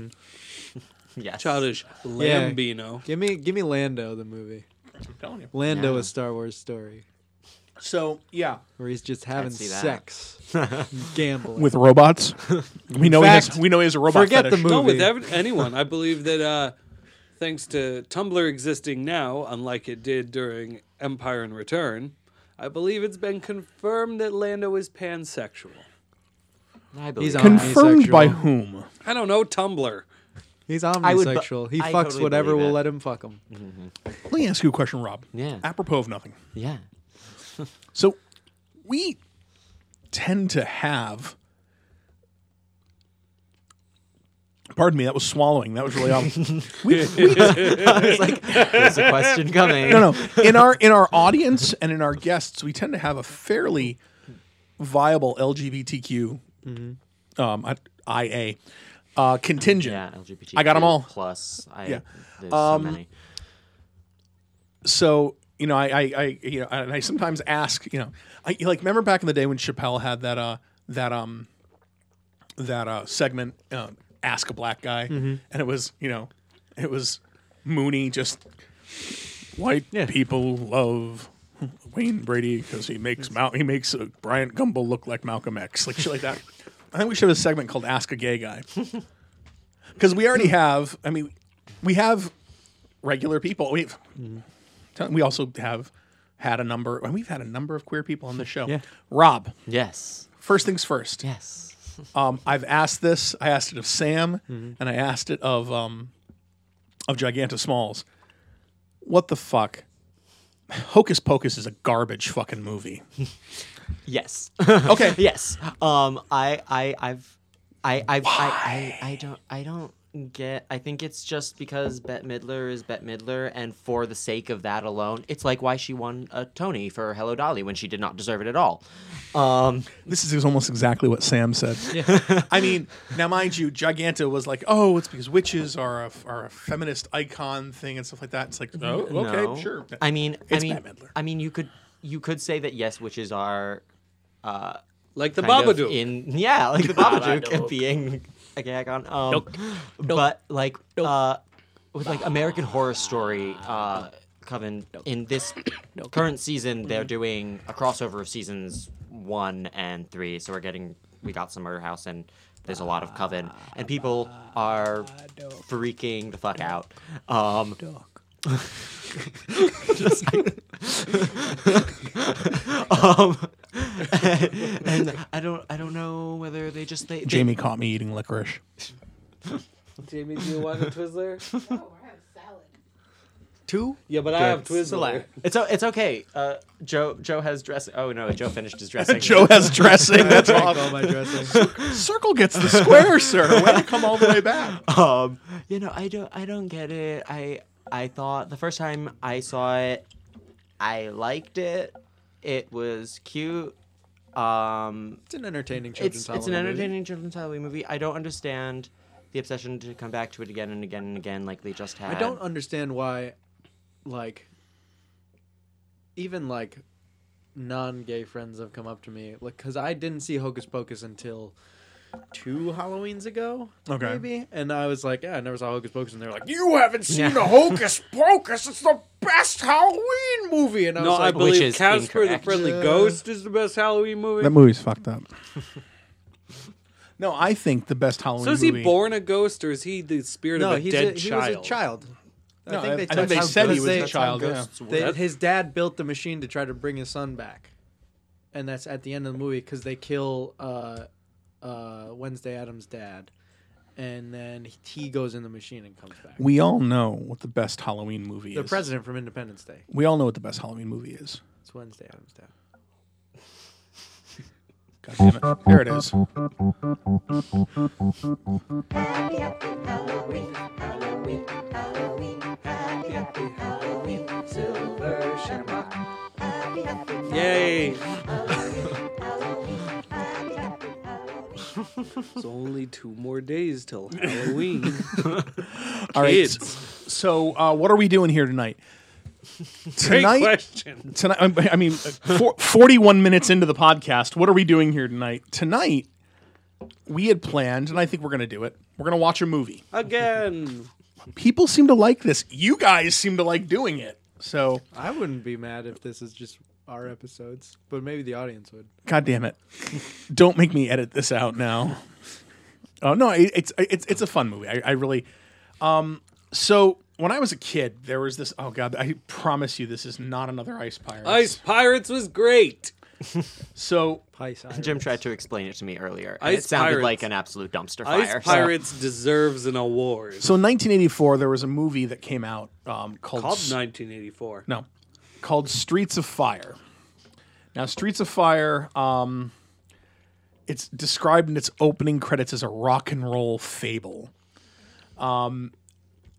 C: yes.
B: Childish Lambino.
D: Give me, give me Lando the movie.
A: I'm telling you.
D: Lando, a Star Wars story
A: So yeah,
D: where he's just having
C: see that.
D: sex, gambling.
A: with robots, we know he
D: fact,
A: has, we know he has a robot.
D: forget the
A: fetish.
D: movie.
B: No, with ev- anyone. I believe that uh, thanks to Tumblr existing now, unlike it did during Empire and Return, I believe it's been confirmed that Lando is pansexual.
C: I believe
D: He's
C: it.
D: on-
A: Confirmed by
D: Asexual.
A: whom?
B: I don't know Tumblr.
D: He's
C: would bu-
D: omnisexual. he
C: I
D: fucks
C: totally
D: whatever
C: believe
D: will
C: it.
D: let him fuck him.
A: Let me ask you a question, Rob.
C: Yeah.
A: Apropos of nothing.
C: Yeah.
A: So we tend to have. Pardon me, that was swallowing. That was really awful. we, we,
C: There's a question coming.
A: no, no. In our in our audience and in our guests, we tend to have a fairly viable LGBTQ, um, I- IA uh, contingent.
C: Yeah, LGBT.
A: I got 'em all.
C: Plus, I,
A: Yeah.
C: There's
A: Um,
C: so many.
A: so you know, I, I, I, you know, and I sometimes ask, you know, I like remember back in the day when Chappelle had that, uh, that, um, that uh, segment, um, ask a black guy, and it was, you know, it was Mooney just white people love Wayne Brady because he makes Mal- he makes uh, Bryant Gumbel look like Malcolm X, like shit like that. I think we should have a segment called Ask a Gay Guy because we already have. I mean, we have regular people. We've we also have had a number. and We've had a number of queer people on the show. Rob,
C: Yes.
A: first things first.
C: Yes.
A: Um, I've asked this. I asked it of Sam,
C: Mm-hmm.
A: and I asked it of um, of Giganta Smalls. What the fuck? Hocus Pocus is a garbage fucking movie.
C: Yes.
A: Okay.
C: yes. Um. I. I. I've. I. I. I, I. I don't. I don't get. I think it's just because Bette Midler is Bette Midler, and for the sake of that alone, it's like why she won a Tony for Hello Dolly when she did not deserve it at all. Um.
A: This is almost exactly what Sam said. I mean, now mind you, Giganta was like, "Oh, it's because witches are a, are a feminist icon thing and stuff like that." It's like, oh, okay,
C: Mm-hmm. No.
A: sure.
C: I mean,
A: It's
C: I mean,
A: Bette Midler.
C: I mean, you could you could say that yes, witches are
B: Like the
C: kind of
B: Babadook.
C: in yeah, like the Babadook and being a gag on. Um, But like uh, with like American Horror Story, uh, Coven in this current season, they're
B: Mm-hmm.
C: doing a crossover of seasons one and three. So we're getting we got some Murder House and there's a lot of Coven and people are freaking the fuck out. Um, um, and I don't I don't know whether they just they, they
A: Jamie caught me eating licorice.
B: Jamie, do you want a Twizzler?
E: Oh,
H: No, we're having salad.
D: Two?
B: yeah, but I have Twizzler.
D: Select.
C: It's o- it's okay. Uh, Joe Joe has dressing. Oh no, Joe finished his dressing.
A: Joe has dressing. That's
D: Drank
A: all.
D: all my dressing.
A: Circle gets the square, sir. Way to come all the way back.
C: um, you know, I don't I don't get it. I I thought the first time I saw it, I liked it. It was cute. Um,
D: It's an entertaining
C: it's
D: children's
C: it's an
D: Halloween movie.
C: entertaining children's Halloween movie. I don't understand the obsession to come back to it again and again and again, like they just had.
D: I don't understand why, like, even like non-gay friends have come up to me, like, because I didn't see Hocus Pocus until two Halloweens ago,
A: Okay.
D: maybe. And I was like, yeah, I never saw Hocus Pocus, and they were like, you haven't seen a Hocus Pocus? It's the best Halloween movie. And I
B: No,
D: was
B: I
D: like,
C: which
B: believe
C: is
B: Casper the
C: incorrect.
B: Friendly Ghost is the best Halloween movie.
A: That movie's fucked up. no, I think the best Halloween
B: So is he
A: movie.
B: born a ghost or is he the spirit
D: no,
B: of a
D: he's
B: dead
D: a, he was
B: child?
D: a child.
A: No, I- I
D: touched
A: think they
D: on
A: said he
D: ghosts.
A: was a
D: They-
A: child, yeah.
D: They,
B: That-
D: his dad built the machine to try to bring his son back, and that's at the end of the movie because they kill uh, uh, Wednesday Adams' dad, and then he goes in the machine and comes back.
A: We all know what the best Halloween movie
D: the
A: is.
D: president from Independence Day.
A: we all know what the best Halloween movie is.
D: It's Wednesday Adams' dad.
A: God damn it. There it is.
B: Yay! it's only two more days till Halloween.
A: All right.
B: Kids.
A: So, uh, what are we doing here tonight?
B: Great
A: Tonight,
B: question.
A: tonight I- I mean, uh, for, 41 minutes into the podcast, what are we doing here tonight? Tonight, we had planned, and I think we're going to do it. We're going to watch a movie.
B: Again.
A: People seem to like this. You guys seem to like doing it. So,
D: I wouldn't be mad if this is just our episodes, but maybe the audience would.
A: God damn it! Don't make me edit this out now. Oh no, it, it's it's it's a fun movie. I, I really. Um, so when I was a kid, there was this. Oh God, I promise you, this is not another Ice Pirates.
B: Ice Pirates was great.
A: So
D: Pisces.
C: Jim tried to explain it to me earlier. and
B: Ice
C: it sounded
B: Pirates.
C: like an absolute dumpster
B: Ice
C: fire.
B: Pirates deserves an award.
A: so in 1984, there was a movie that came out um, called
B: Called
A: S-
B: 1984.
A: no, called Streets of Fire. Now, Streets of Fire, um, it's described in its opening credits as a rock and roll fable. Um, I'm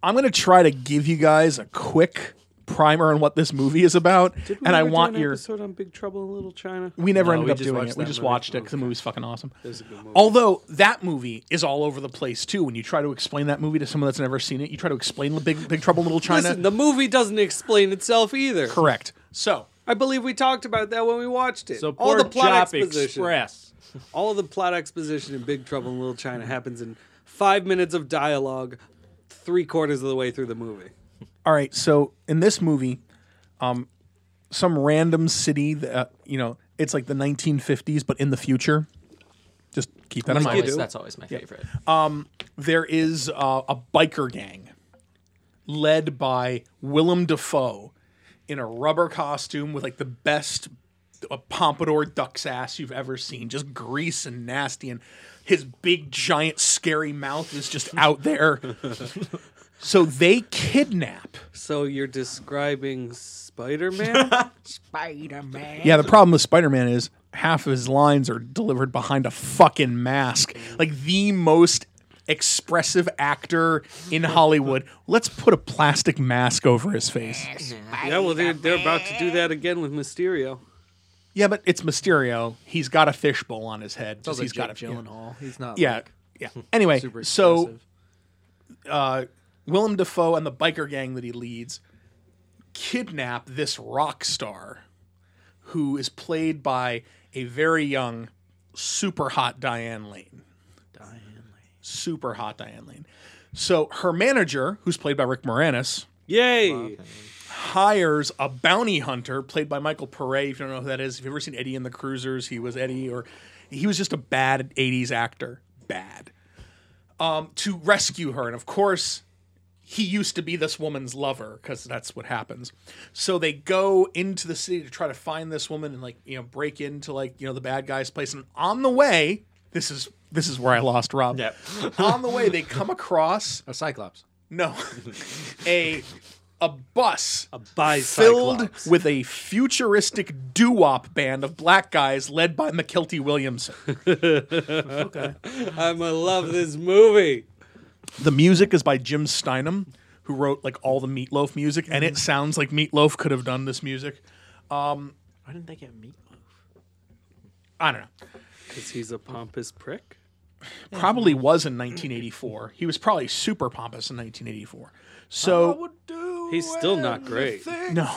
A: going to try to give you guys a quick primer on what this movie is about, and I want your.
B: episode on Big Trouble in Little China.
A: We never
D: No,
A: ended
D: we
A: up
D: just
A: doing
D: watched
A: it. We
D: that
A: just
D: movie.
A: watched it because the movie's fucking awesome.
B: was a good movie.
A: Although that movie is all over the place too. When you try to explain that movie to someone that's never seen it, you try to explain Big Big Trouble in Little China.
B: Listen, the movie doesn't explain itself either.
A: Correct. So
B: I believe we talked about that when we watched it.
D: So
B: all
D: poor
B: the plot
D: Jop
B: exposition,
D: Express.
B: all the plot exposition in Big Trouble in Little China happens in five minutes of dialogue, three quarters of the way through the movie.
A: All right, so in this movie, um, some random city that uh, you know, it's like the 1950s, but in the future. Just keep that in
C: That's
A: mind.
C: always, that's always my favorite.
A: There is uh, a biker gang led by Willem Dafoe in a rubber costume with like the best uh, pompadour duck's ass you've ever seen, just grease and nasty, and his big giant scary mouth is just out there. so they kidnap.
B: So you're describing Spider-Man?
A: Yeah, the problem with Spider Man is half of his lines are delivered behind a fucking mask. Like the most expressive actor in Hollywood. Let's put a plastic mask over his face.
B: yeah, well they're, they're about to do that again with Mysterio.
A: Yeah, but it's Mysterio. He's got a fishbowl on his head. Just he's got a
D: Gyllenhaal. He's not.
A: Yeah.
D: like,
A: Yeah. Anyway,
D: super
A: so uh,
D: expressive.
A: Willem Dafoe and the biker gang that he leads kidnap this rock star who is played by a very young, super hot Diane Lane. Diane Lane. Super hot Diane Lane. So her manager, who's played by Rick Moranis,
B: Yay!
A: hires a bounty hunter played by Michael Pere. If you don't know who that is, if you've ever seen Eddie and the Cruisers, he was Eddie, or he was just a bad 80s actor. Bad. Um, to rescue her. And of course, he used to be this woman's lover because that's what happens. So they go into the city to try to find this woman and like you know break into like you know the bad guy's place. And on the way, this is this is where I lost Rob.
C: Yep.
A: on the way, they come across
D: a Cyclops.
A: no a a bus
B: A bicycle.
A: filled with a futuristic doo-wop band of black guys led by McKelty Williamson.
B: I'm gonna love this movie.
A: the music is by Jim Steinem, who wrote like all the Meatloaf music, and it sounds like Meatloaf could have done this music. Um,
D: Why didn't they get meat?
A: I don't know.
B: Because he's a pompous prick.
A: Probably was in 1984. He was probably super pompous in 1984.
D: Oh,
A: So
B: He's still not great.
A: no,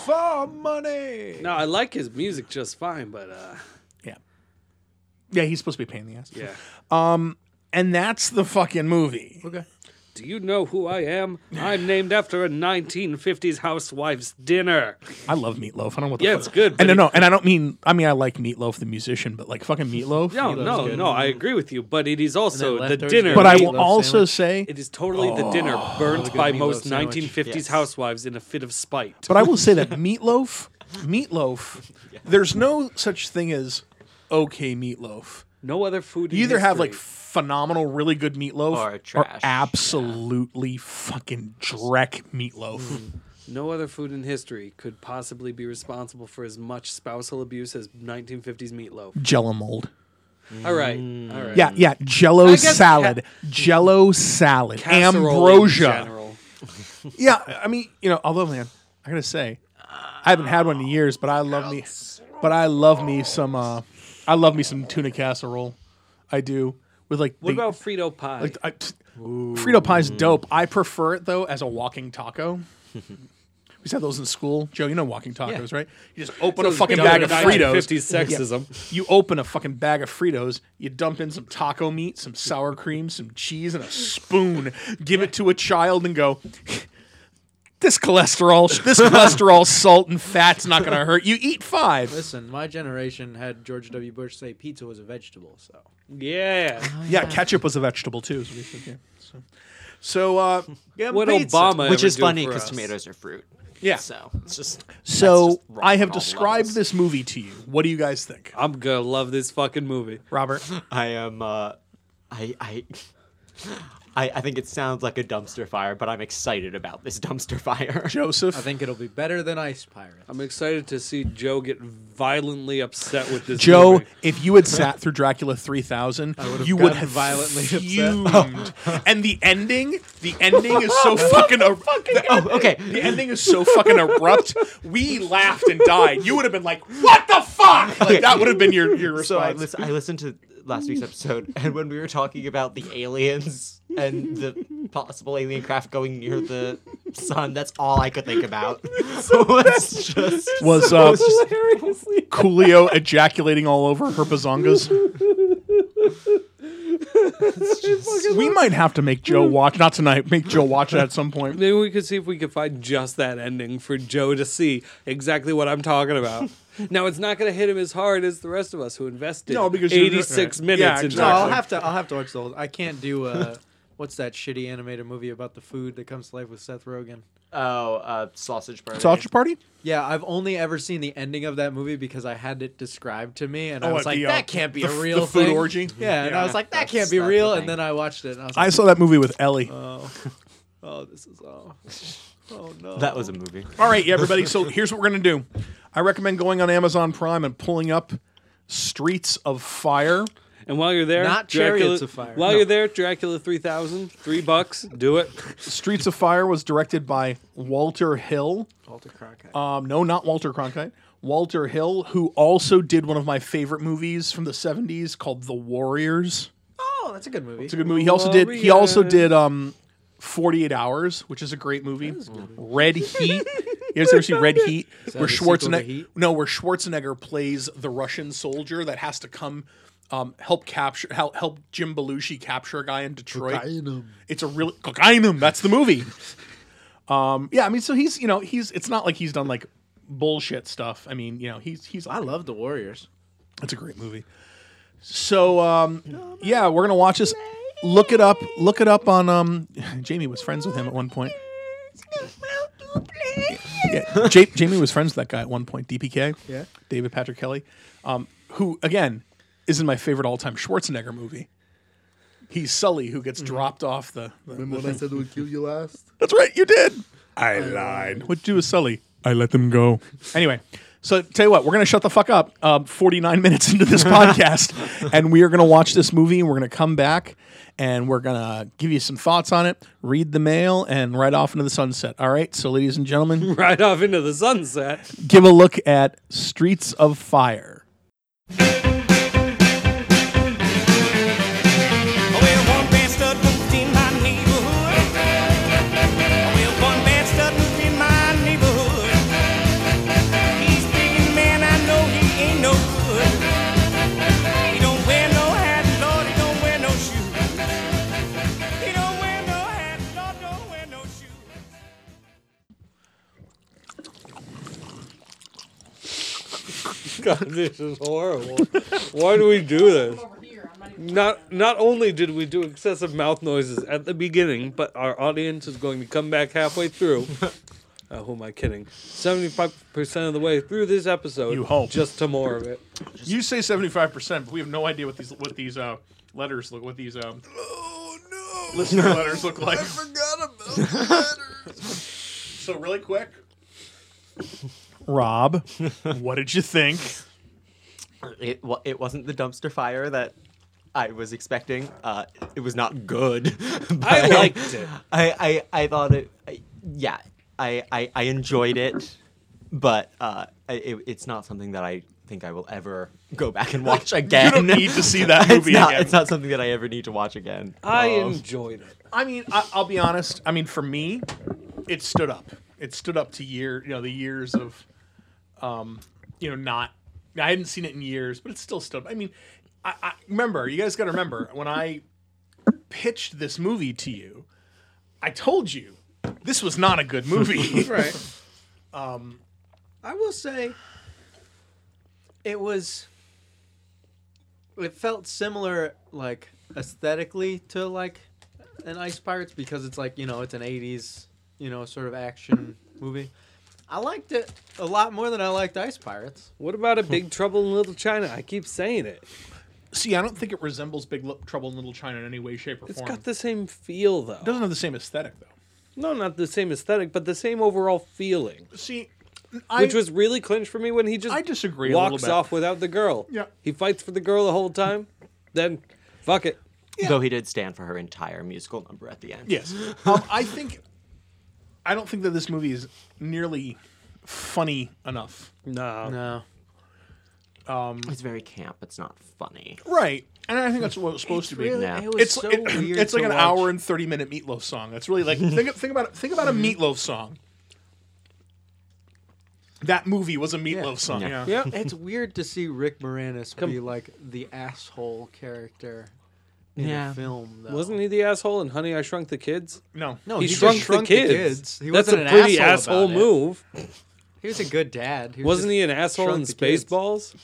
B: No, I like his music just fine, but uh,
A: yeah, yeah, he's supposed to be a pain in the ass.
B: yeah.
A: and that's the fucking movie.
D: Okay.
B: Do you know who I am? I'm named after a 1950s housewife's dinner.
A: I love Meatloaf. I don't know what the
B: Yeah,
A: fuck-
B: it's good.
A: And
B: but
A: no, no, and I don't mean. I mean, I like Meatloaf the musician, but like fucking Meatloaf.
B: No, no, no. I agree with you, but it is also the
D: leftovers
B: dinner.
D: good.
A: But I Oh,
B: meat-
A: will
D: Meatloaf
A: also
D: sandwich.
A: say.
B: It is totally the dinner burnt
D: good
B: by
D: meatloaf
B: most
D: sandwich.
B: 1950s
C: Yes.
B: housewives in a fit of spite.
A: But I will say that Meatloaf, Meatloaf, there's no such thing as okay Meatloaf.
B: no other food.
A: You
B: in
A: either have like
B: history.
A: phenomenal, really good meatloaf,
C: Or trash,
A: absolutely fucking dreck
B: Mm.
A: meatloaf.
B: no other food in history could possibly be responsible for as much spousal abuse as 1950s meatloaf.
A: Jello mold.
B: All right, all right.
A: Yeah, yeah. Jello
B: Mm. guess
A: salad. Jello salad.
B: Casserole in
A: Ambrosia.
B: general.
A: Yeah, I mean, you know, although man, I gotta say, I haven't had one in years, but I love me, but I love me some. uh I love me some tuna casserole. I do with like.
B: What
A: the-
B: about Frito pie?
A: like I, pfft, Frito pie's dope. I prefer it though as a walking taco. we used to have those in school, Joe. You know walking tacos, right? You just open a fucking bag of Fritos.
B: 50s sexism.
A: You open a fucking bag of Fritos. You dump in some taco meat, some sour cream, some cheese, and a spoon. Give it to a child and go. This cholesterol, this cholesterol, salt and fat's not gonna hurt you. Eat five.
D: Listen, my generation had George W. Bush say pizza was a vegetable, so
B: Yeah.
A: Yeah, ketchup was a vegetable too. is what he said, yeah. So, so uh, yeah,
B: What
A: pizza.
B: Obama
C: which
B: ever
C: is
B: do
C: funny
B: for
C: because
B: us?
C: tomatoes are fruit.
A: Yeah.
C: so it's just that's
A: So
C: just wrong
A: I have
C: on all
A: described
C: levels.
A: this movie to you. What do you guys think,
B: I'm gonna love this fucking movie.
A: Robert?
C: I am. Uh, I. I. I, I think it sounds like a dumpster fire, but I'm excited about this dumpster fire.
A: Joseph?
D: I think it'll be better than Ice Pirates.
B: I'm excited to see Joe get violently upset with this.
A: Joe,
B: movie.
A: if you had sat through Dracula 3000, you would
D: gotten
A: have
D: violently upset.
A: fumed. and the ending, the ending is so fucking. Er- the,
C: Oh, okay.
A: the ending is so fucking abrupt. We laughed and died. You would have been like, "What the fuck?" Like that would have been your your
C: So I,
A: response.
C: lis- I listened to last week's episode, and when we were talking about the aliens and the possible alien craft going near the sun, that's all I could think about. so it's just.
A: was uh, Coolio ejaculating all over her bazongas? we might have to make Joe watch. Not tonight. Make Joe watch it at some point.
B: Maybe we could see if we could find just that ending for Joe to see exactly what I'm talking about. now it's not going to hit him as hard as the rest of us who invested
A: No, because you're-
B: 86
A: right.
B: minutes
A: Yeah,
B: into
A: exactly.
D: no, I'll
B: it.
D: have to. I'll have to watch the. Whole, I can't do. Uh, what's that shitty animated movie about the food that comes to life with Seth Rogen?
C: Oh, uh, sausage burger.
A: Sausage party?
D: Yeah, I've only ever seen the ending of that movie because I had it described to me, and I
A: Oh,
D: was
A: at
D: like,
A: the, uh,
D: "That can't be
A: the f-
D: a real
A: the food
D: thing."
A: orgy?
D: Yeah, and I was like, "That
C: That's-
D: can't be
C: that's the
D: real," and
C: thing.
D: then I watched it, and I was
A: I
D: like,
A: saw that movie with Ellie.
D: "Oh, this is all." Oh no.
C: That was a movie.
A: All right, yeah, everybody. So here's what we're gonna do. I recommend going on Amazon Prime and pulling up Streets of Fire.
B: And while you're there,
D: Not
B: Dracula,
D: Chariots of Fire.
B: While
D: No.
B: you're there, Dracula 3000, three bucks, do it.
A: Streets of Fire was directed by Walter Hill.
D: Walter Cronkite.
A: Um, no, not Walter Cronkite. Walter Hill, who also did one of my favorite movies from the '70s called The Warriors.
D: oh, that's a good movie.
A: It's a good movie. He also did. He also did um, 48 Hours, which is a great movie. Red Heat. You guys ever see Red Heat? Where
D: the sequel to
A: Schwarzenegger?
D: Heat?
A: No, where Schwarzenegger plays the Russian soldier that has to come um, help capture help, help Jim Belushi capture a guy in Detroit. It's a real cocainum. That's the movie. Um, yeah, I mean, so he's you know he's it's not like he's done like bullshit stuff. I mean, you know he's he's
D: I love the Warriors.
A: it's a great movie. So um, yeah, we're gonna watch this. Look it up. Look it up on. Um, Jamie was friends with him at one point. Yeah, Ja- Jamie was friends with that guy at one point. DPK. Yeah. David Patrick Kelly, um, who again is in my favorite all-time Schwarzenegger movie. He's Sully who gets dropped off the. the-
H: Remember when I said it would kill you last?
A: That's right, you did. I lied. What'd you do with Sully? I let them go. Anyway, so tell you what, we're gonna shut the fuck up. Um, Forty nine minutes into this podcast, and we are gonna watch this movie, and we're gonna come back, and we're gonna give you some thoughts on it, read the mail, and right off into the sunset. All right, so ladies and gentlemen,
B: Right off into the sunset.
A: give a look at Streets of Fire.
I: Well, one bad stud moved in my neighborhood. Well, one bad stud moved in my neighborhood. He's big and man, I know he ain't no good. He don't wear no hat, Lord, he don't wear no shoes.
B: God, this is horrible. Why do we do this? Not not only did we do excessive mouth noises at the beginning, but our audience is going to come back halfway through. Uh, who am I kidding? Seventy-five percent of the way through this episode,
J: You hope.
B: just to more of it.
J: You say seventy five percent, but we have no idea what these what these uh, letters look what these um oh no listener letters look like. I forgot about letters. so really quick,
A: Rob, what did you think?
C: It wa- it wasn't the dumpster fire that I was expecting. Uh, it was not good.
B: I
C: but
B: liked it.
C: I, I, I thought it. I, yeah, I, I I enjoyed it, but uh, I- it, it's not something that I think I will ever go back and watch again.
J: don't need to see that
C: It's
J: movie
C: not-
J: again.
C: It's not something that I ever need to watch again.
B: I
C: Um,
B: enjoyed it.
J: I mean, I, I'll be honest. I mean, for me, it stood up. It stood up to year, you know, the years of, um, you know, not. I hadn't seen it in years, but it still stood up. I mean, I, I remember. You guys got to remember when I pitched this movie to you. I told you this was not a good movie.
D: right. Um, I will say it was. It felt similar, like aesthetically, to like an Ice Pirates because it's like you know it's an '80s you know sort of action movie. I liked it a lot more than I liked Ice Pirates.
B: What about a Big Trouble in Little China? I keep saying it.
J: See, I don't think it resembles Big Lip- Trouble in Little China in any way, shape, or
B: It's
J: form.
B: got the same feel though.
J: it doesn't have the same aesthetic though.
B: No, not the same aesthetic, but the same overall feeling.
J: See, I,
B: which was really clinch for me when he just
J: I disagree a little
B: walks
J: bit.
B: off without the girl.
J: Yeah.
B: he fights for the girl the whole time. Then, fuck it.
C: Though he did stand for her entire musical number at the end.
J: Yes. Um, I think I don't think that this movie is nearly funny enough.
B: No,
D: No,
C: It's very camp. It's not funny.
J: Right. And I think that's what it's supposed to be.
D: really,
C: Yeah.
D: it was
J: It's
D: so
J: it-
D: weird.
J: it's like
D: to
J: an
D: watch.
J: hour and 30 minute meatloaf song. That's really like think think about it, think about a
D: Mm-hmm.
J: meatloaf song. That movie was a meatloaf song.
C: Yeah.
J: Yeah.
B: yeah,
D: It's weird to see Rick Moranis be like the asshole character in
C: Yeah.
D: a film. Though.
B: wasn't he the asshole in Honey I Shrunk the Kids?
J: No.
D: No,
B: he,
D: just
B: shrunk, the kids.
D: He
B: That's a
D: wasn't an
B: pretty asshole
D: asshole, about it.
B: move.
D: He was a good dad. was
B: Wasn't
D: just-
B: he an asshole
D: shrunk
B: in
D: the kids.
B: Spaceballs?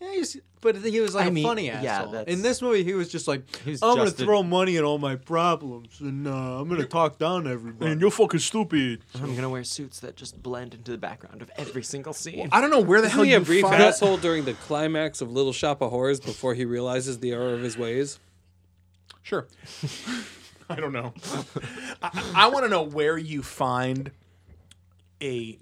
D: Yeah, he's, but he was like
C: I
D: a
C: mean,
D: funny
C: yeah,
D: asshole.
C: that's-
D: in this movie, he was just like,
C: He was
D: "I'm gonna
C: just a-
D: throw money at all my problems, and uh, I'm gonna talk down to everybody."
J: you're fucking stupid.
C: I'm gonna wear suits that just blend into the background of every single scene.
J: I don't know where the hell
B: Wasn't he
J: you
B: a brief
J: find
B: asshole during the climax of Little Shop of Horrors before he realizes the error of his ways?
J: Sure. I don't know. I, I want to know where you find a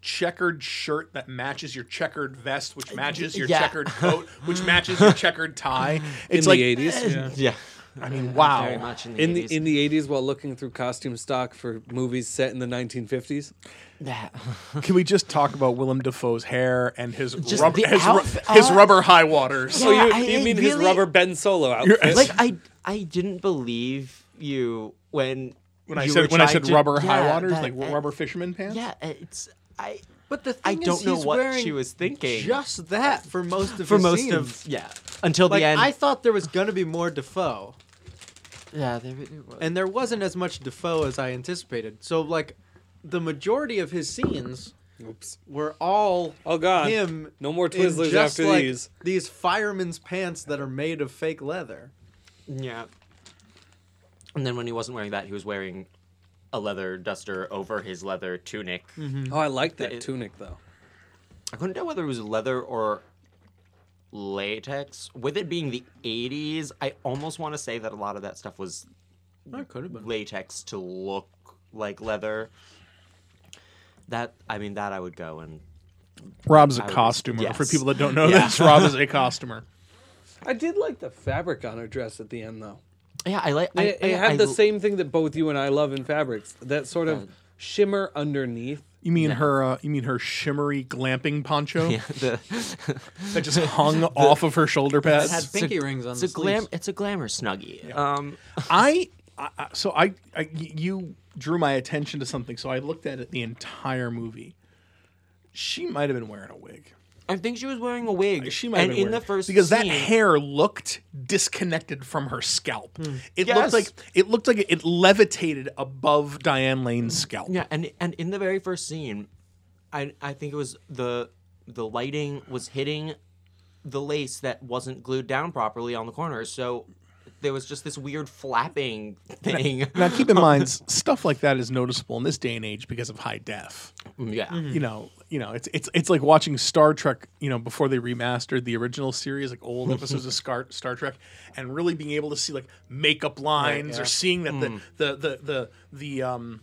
J: checkered shirt that matches your checkered vest, which matches your
C: Uh, Yeah.
J: checkered coat, which matches your checkered tie. It's
B: in
J: like,
B: the eighties,
C: yeah.
J: I mean, wow.
C: Very much in the
B: in the
C: 80s.
B: in the eighties, while looking through costume stock for movies set in the nineteen fifties.
C: that.
A: Can we just talk about Willem Dafoe's hair and his
C: Just
A: rubber,
C: the
A: his, ru-
C: outfit-
J: His
C: uh,
J: rubber high waters.
B: So
C: Yeah,
B: you,
C: I-
B: you
C: I
B: mean his
C: really-
B: rubber Ben Solo outfit?
C: like I I didn't believe you when
J: When I
C: you
J: said
C: were
J: when I
C: trying
J: said
C: to-
J: rubber high
C: yeah,
J: waters,
C: that-
J: like
C: uh,
J: rubber fisherman pants.
C: Yeah, it's I
D: but the
C: I
D: thing
C: don't
D: is,
C: know
D: he's
C: what
D: wearing
C: she was thinking
D: Just that for most of
C: for
D: his
C: most
D: scenes.
C: of yeah until
D: Like
C: the end.
D: I thought there was gonna be more Defoe,
C: yeah, there, there was.
D: and there wasn't as much Defoe as I anticipated. So like, the majority of his scenes
B: Oops.
D: were all
B: Oh god.
D: him.
B: No more
D: in
B: Twizzlers
D: just,
B: after
D: like,
B: these.
D: These firemen's pants that are made of fake leather.
C: yeah. And then when he wasn't wearing that, he was wearing a leather duster over his leather tunic.
B: Oh, I like that
C: It-
B: tunic though.
C: I couldn't tell whether it was leather or latex. With it being the 80s, I almost want to say that a lot of that stuff was
D: That could have
C: latex to look like leather. That I mean, that I would go and
A: Rob's a
C: would-
A: costumer. For
C: yes.
A: people that don't know
C: Yeah.
A: this, Rob is a costumer.
B: I did like the fabric on her dress at the end though.
C: yeah, I like. I,
B: It,
C: I,
B: it had
C: I-
B: the same thing that both you and I love in fabrics. That sort of shimmer underneath.
A: You mean her? Uh, you mean her shimmery glamping poncho
C: Yeah, the,
A: that just hung off of her shoulder pads?
D: had pinky rings on
C: it's
D: the
C: a glam.
D: sleeves.
C: It's a glamour snuggie. Um,
A: I, I I- so I, I you drew my attention to something, so I looked at it the entire movie. She might have been wearing a wig.
C: I think she was wearing a wig.
A: She might have
C: and
A: been
C: in
A: wearing-
C: the first
A: because that
C: scene-
A: hair looked disconnected from her scalp. It
C: Hmm. Yes.
A: looked like it looked like it levitated above Diane Lane's scalp.
C: Yeah, and and in the very first scene, I I think it was the the lighting was hitting the lace that wasn't glued down properly on the corners. So there was just this weird flapping thing.
A: Now keep in mind, s- stuff like that is noticeable in this day and age because of high def.
C: Yeah.
A: you know, you know, it's it's it's like watching Star Trek. You know, before they remastered the original series, like old episodes of Scar- Star Trek, and really being able to see like makeup lines or
J: yeah.
A: seeing that
B: Mm.
A: the the the the the um,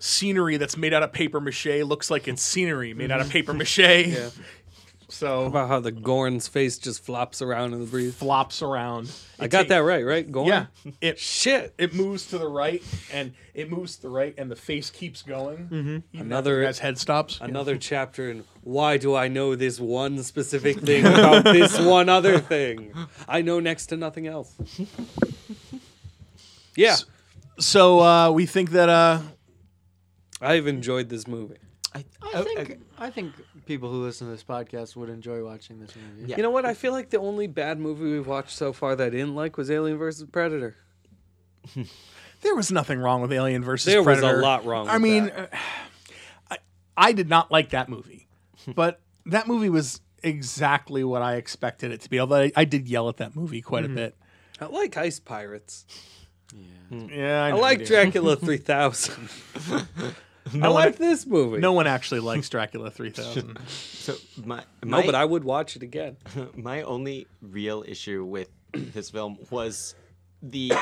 A: scenery that's made out of paper mache looks like it's scenery made out of paper mache.
B: Yeah.
A: So
B: about how the Gorn's face just flops around in the breeze.
A: Flops around.
B: I
A: It
B: got that
A: takes-
B: right, right? Gorn.
A: Yeah, it
B: shit.
A: It moves to the right, and it moves to the right, and the face keeps going. Mm-hmm.
B: Another
A: as head stops.
B: Another chapter in why do I know this one specific thing about this one other thing? I know next to nothing else. Yeah,
A: So uh, we think that uh,
B: I've enjoyed this movie.
D: I think I think people who listen to this podcast would enjoy watching this movie.
B: You know what? I feel like the only bad movie we've watched so far that I didn't like was Alien versus Predator.
A: there was nothing wrong with Alien versus
B: There was a
A: Predator.
B: lot wrong
A: I
B: with
A: mean, uh, I, I did not like that movie, but that movie was exactly what I expected it to be. Although I, I did yell at that movie quite
B: Mm-hmm.
A: a bit.
B: I like Ice Pirates.
A: Yeah,
B: I,
A: know you
B: like
A: do.
B: Dracula 3000. I
A: No one- e-
B: like this movie.
A: No one actually likes Dracula three thousand.
C: So my,
B: no,
C: my
A: e-
B: but I would watch it again.
C: my only real issue with this film was the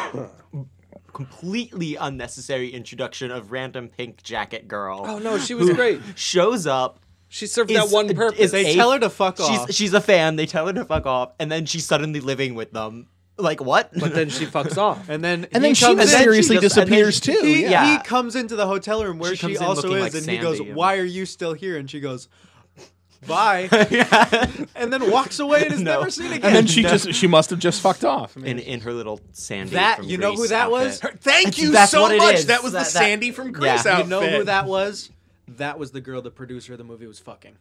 C: completely unnecessary introduction of random pink jacket girl.
B: Oh no, she was great.
C: Shows up.
B: She served
C: is-
B: that one
C: is
B: purpose.
D: They
C: a-
D: tell her to fuck
C: she's,
D: off.
C: She's a fan. They tell her to fuck off, and then she's suddenly living with them. Like what?
B: but then she fucks off.
C: Oh.
D: And then
A: And
D: he
A: then she
D: comes in-
A: mysteriously
C: she just- and then
A: disappears
C: she-
A: too.
D: He,
A: yeah.
D: he
C: Yeah.
D: comes into the hotel room where
C: She
D: she,
C: comes in
D: also
C: looking
D: is,
C: like
D: and he
C: Sandy
D: goes,
C: and-
D: "Why are you still here?" And she goes, "Bye," and then walks away and is
C: No.
D: never seen again.
A: And then she just she must have just fucked off. I mean,
C: in, in her little Sandy.
D: That-
C: from
D: you know who
C: Grease
D: that was?
C: outfit.
A: Her- Thank
C: That's-
A: you
C: that's
A: so
C: what it
A: much.
C: is.
A: That was
C: That-
A: the
C: that-
A: Sandy from Grease
C: Yeah.
A: outfit.
D: you know who that was? That was the girl the producer of the movie was fucking.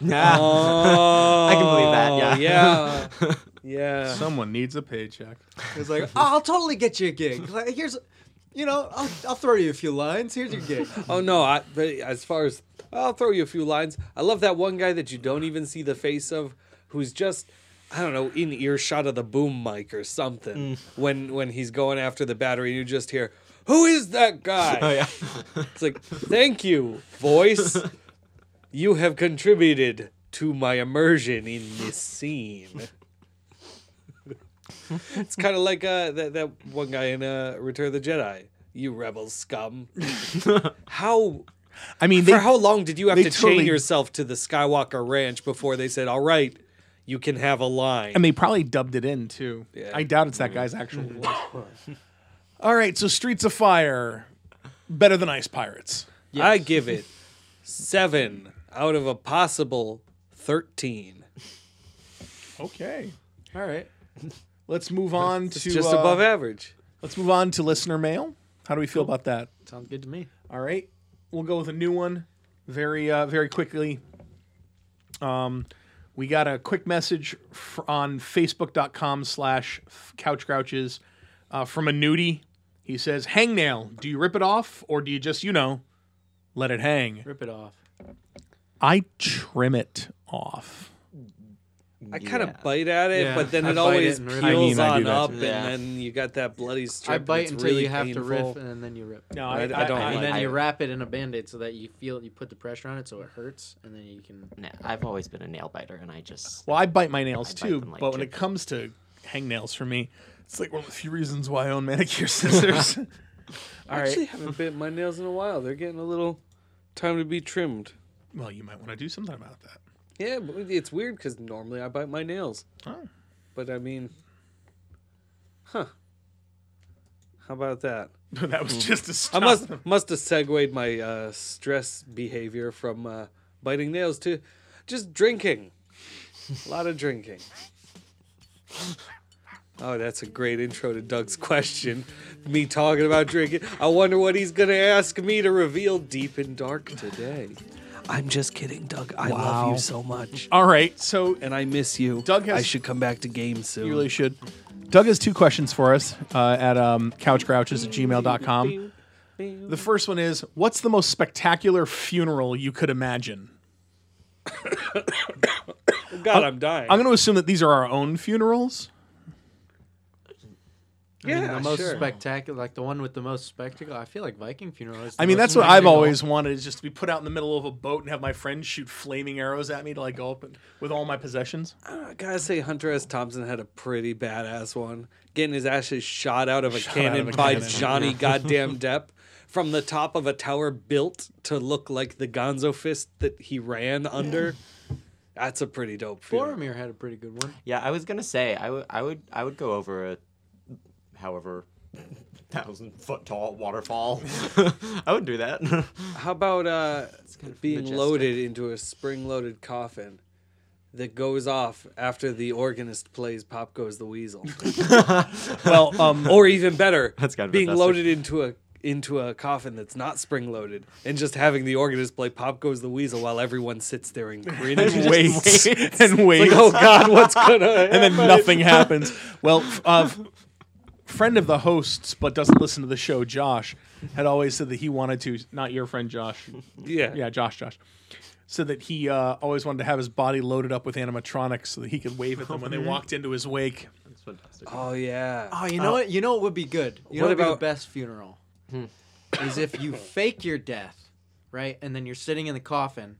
C: Yeah.
B: Oh,
C: I can believe that, yeah.
B: yeah, yeah.
A: Someone needs a paycheck.
D: It was like, "I'll totally get you a gig. Like, here's, you know, I'll, I'll throw you a few lines. Here's your gig."
B: Oh no! I, but as far as I'll throw you a few lines. I love that one guy that you don't even see the face of, who's just I don't know in earshot of the boom mic or
C: Mm.
B: something when when he's going after the battery. You just hear, "Who is that guy?"
C: Oh yeah.
B: It's like, "Thank you, voice. you have contributed to my immersion in this scene." it's kind of like uh, that that one guy in uh, Return of the Jedi. You rebel scum. How
A: I mean,
B: for how long did you have
A: they
B: to chain
A: totally-
B: yourself to the Skywalker Ranch before they said, "All right, you can have a line"?
A: And they probably dubbed it in too.
B: Yeah. Mm-hmm.
A: I doubt it's that guy's actual voice. All right, so Streets of Fire, better than Ice Pirates.
B: I give it seven out of a possible thirteen.
A: Okay,
D: All right.
A: let's move on to
B: Just
A: uh,
B: above average.
A: Let's move on to listener mail. How do we feel about that?
D: Sounds good to me.
A: All right, we'll go with a new one, very uh, very quickly. Um, we got a quick message fr- on Facebook.com/slash Couch Grouches uh, from a nudie. He says, "Hangnail, do you rip it off or do you just you know let it hang?"
D: Rip it off.
A: I trim it off.
B: I kind of
C: Yeah.
B: bite at it,
D: Yeah,
B: but then
D: I
B: it
D: bite
B: always
D: it and
B: peels
D: rip it. I
A: mean, I do
B: on
A: that
B: up,
C: too.
B: and
C: Yeah.
B: then you got that bloody strip.
D: I bite
B: that's
D: until
B: really
D: you have
B: painful.
D: to riff, and then you rip.
A: No,
B: I- I don't
D: and
B: like
D: then
B: I-
D: you wrap it in a band-aid so that you feel you put the pressure on it so it hurts and then you can
C: Nah, I've always been a nail biter, and I just
A: Well, I bite my nails
C: I bite
A: too,
C: them like
A: but when it
C: chicken.
A: comes to hangnails for me, it's like one of the few reasons why I own manicure scissors.
B: I actually haven't bit my nails in a while. They're getting a little time to be trimmed.
A: well, you might want to do something about that.
B: Yeah, but it's weird because normally I bite my nails.
A: Oh.
B: But I mean, huh? How about that?
A: that was just a
B: I
A: stop.
B: must must have segued my uh, stress behavior from uh, biting nails to just drinking. A lot of drinking. Oh, that's a great intro to Doug's question. Me talking about drinking. I wonder what he's going to ask me to reveal deep and dark today. I'm just kidding, Doug. I love you so much.
A: All right, so
B: And I miss you.
A: Doug has-
B: I should come back to game soon.
A: you really should. Doug has two questions for us uh, at um, couchgrouches at gmail.com. The first one is What's the most spectacular funeral you could imagine?
B: God, I'm dying.
A: I'm going to assume that these are our own funerals.
D: I mean,
B: Yeah,
D: the most
B: sure.
D: spectacular, like the one with the most spectacle. I feel like Viking funeral. Is the
A: I mean,
D: most
A: that's what I've
D: spectacle.
A: always wanted is just to be put out in the middle of a boat and have my friends shoot flaming arrows at me till I go up and, with all my possessions.
B: I Ah, gotta say, Hunter S. Thompson had a pretty badass one. Getting his ashes shot out of a cannon
A: out of a
B: by
A: cannon,
B: Johnny Goddamn Depp from the top of a tower built to look like the Gonzo fist that he ran under. That's a pretty dope. Funeral.
D: Boromir had a pretty good one.
C: Yeah, I was gonna say I would I would I would go over a however thousand foot tall waterfall. I would do that.
B: How about uh,
C: kind of
B: being
C: majestic.
B: loaded into a spring-loaded coffin that goes off after the organist plays "Pop Goes the Weasel"?
A: Well, um,
B: or even better,
C: That's gotta be
B: being
C: majestic.
B: loaded into a into a coffin that's not spring loaded, and just having the organist play "Pop Goes the Weasel" while everyone sits there and grins. and
A: wait and wait.
B: Like, oh God, what's gonna?
A: and then nothing happens. Well, f- uh, f- friend of the hosts, but doesn't listen to the show, Josh, had always said that he wanted to, not your friend Josh,
B: yeah,
A: yeah, Josh, Josh, said that he uh, always wanted to have his body loaded up with animatronics so that he could wave at them when they walked into his wake.
C: That's fantastic.
B: Oh yeah.
D: Oh, you know what? You know what would be good. You know
B: What
D: what about Hmm.
B: about-
D: the best funeral? Is if you fake your death, right, and then you're sitting in the coffin,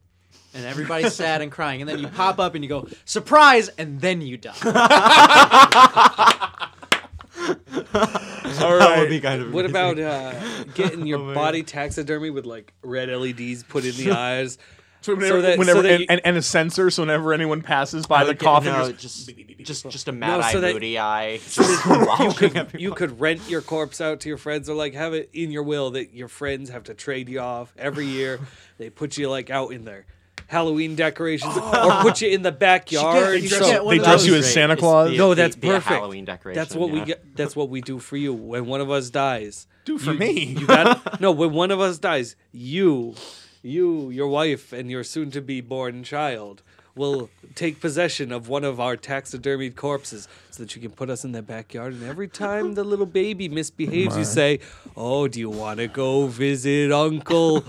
D: and everybody's sad and crying, and then you pop up and you go surprise, and then you die.
C: That would be kind of
B: What
C: amazing.
B: about uh, getting your body taxidermy with like red LEDs put in the eyes?
A: So whenever,
B: So that- so
A: whenever
B: that
A: and,
B: you-
A: and, and a sensor, so whenever anyone passes by
C: I
A: the
C: would get-
A: coffin,
C: No,
A: just-
C: just just just a mad eye
B: so that-
C: moody eye. Just watching every-
B: You could rent your corpse out to your friends, or like have it in your will that your friends have to trade you off every year. they put you like out in their Halloween decorations, or put you in the backyard.
D: Oh. you
B: so-
D: should get one
A: they
D: of
A: dress
D: those
A: you as
C: great.
A: Santa
C: It's
A: Claus.
C: the-
B: no, that's
C: the
B: perfect.
C: Halloween decoration,
B: That's what we
C: yeah.
B: get. That's what we do for you when one of us dies.
A: do for me.
B: You got no. When one of us dies, you, you, your wife, and your soon-to-be born child will take possession of one of our taxidermied corpses, so that you can put us in the backyard. And every time the little baby misbehaves, you say, "Oh, do you want to go visit Uncle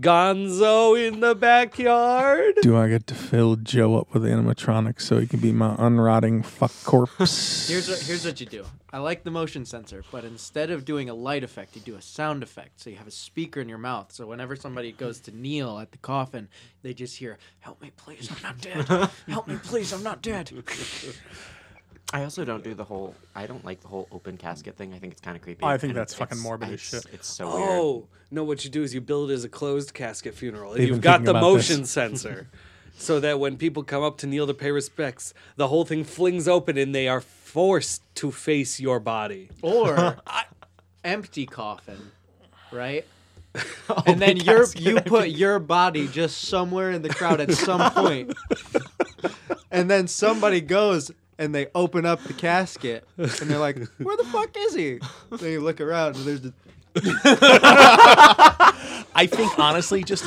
B: Gonzo in the backyard?"
A: Do I get to fill Joe up with animatronics so he can be my unrotting fuck corpse?
D: Here's what here's what you do. I like the motion sensor, but instead of doing a light effect, you do a sound effect. So you have a speaker in your mouth. So whenever somebody goes to kneel at the coffin, they just hear, "Help me, please, I'm not dead. Help me, please, I'm not dead."
C: I also don't do the whole. I don't like the whole open casket thing. I think it's kind of creepy.
A: Oh, I think
C: and
A: that's fucking
C: it's-
A: morbid as
C: it's-
A: shit.
C: It's so weird.
B: Oh no! What you do is you build it as a closed casket funeral, and
A: They've
B: you've
A: been
B: got
A: thinking
B: the
A: about
B: motion
A: this.
B: sensor, so that when people come up to kneel to pay respects, the whole thing flings open, and they are forced to face your body.
D: Or empty coffin, right? and then your you put your body just somewhere in the crowd at some point. and then somebody goes and they open up the casket and they're like, "Where the fuck is he?" Then you look around and there's the
A: I think honestly, just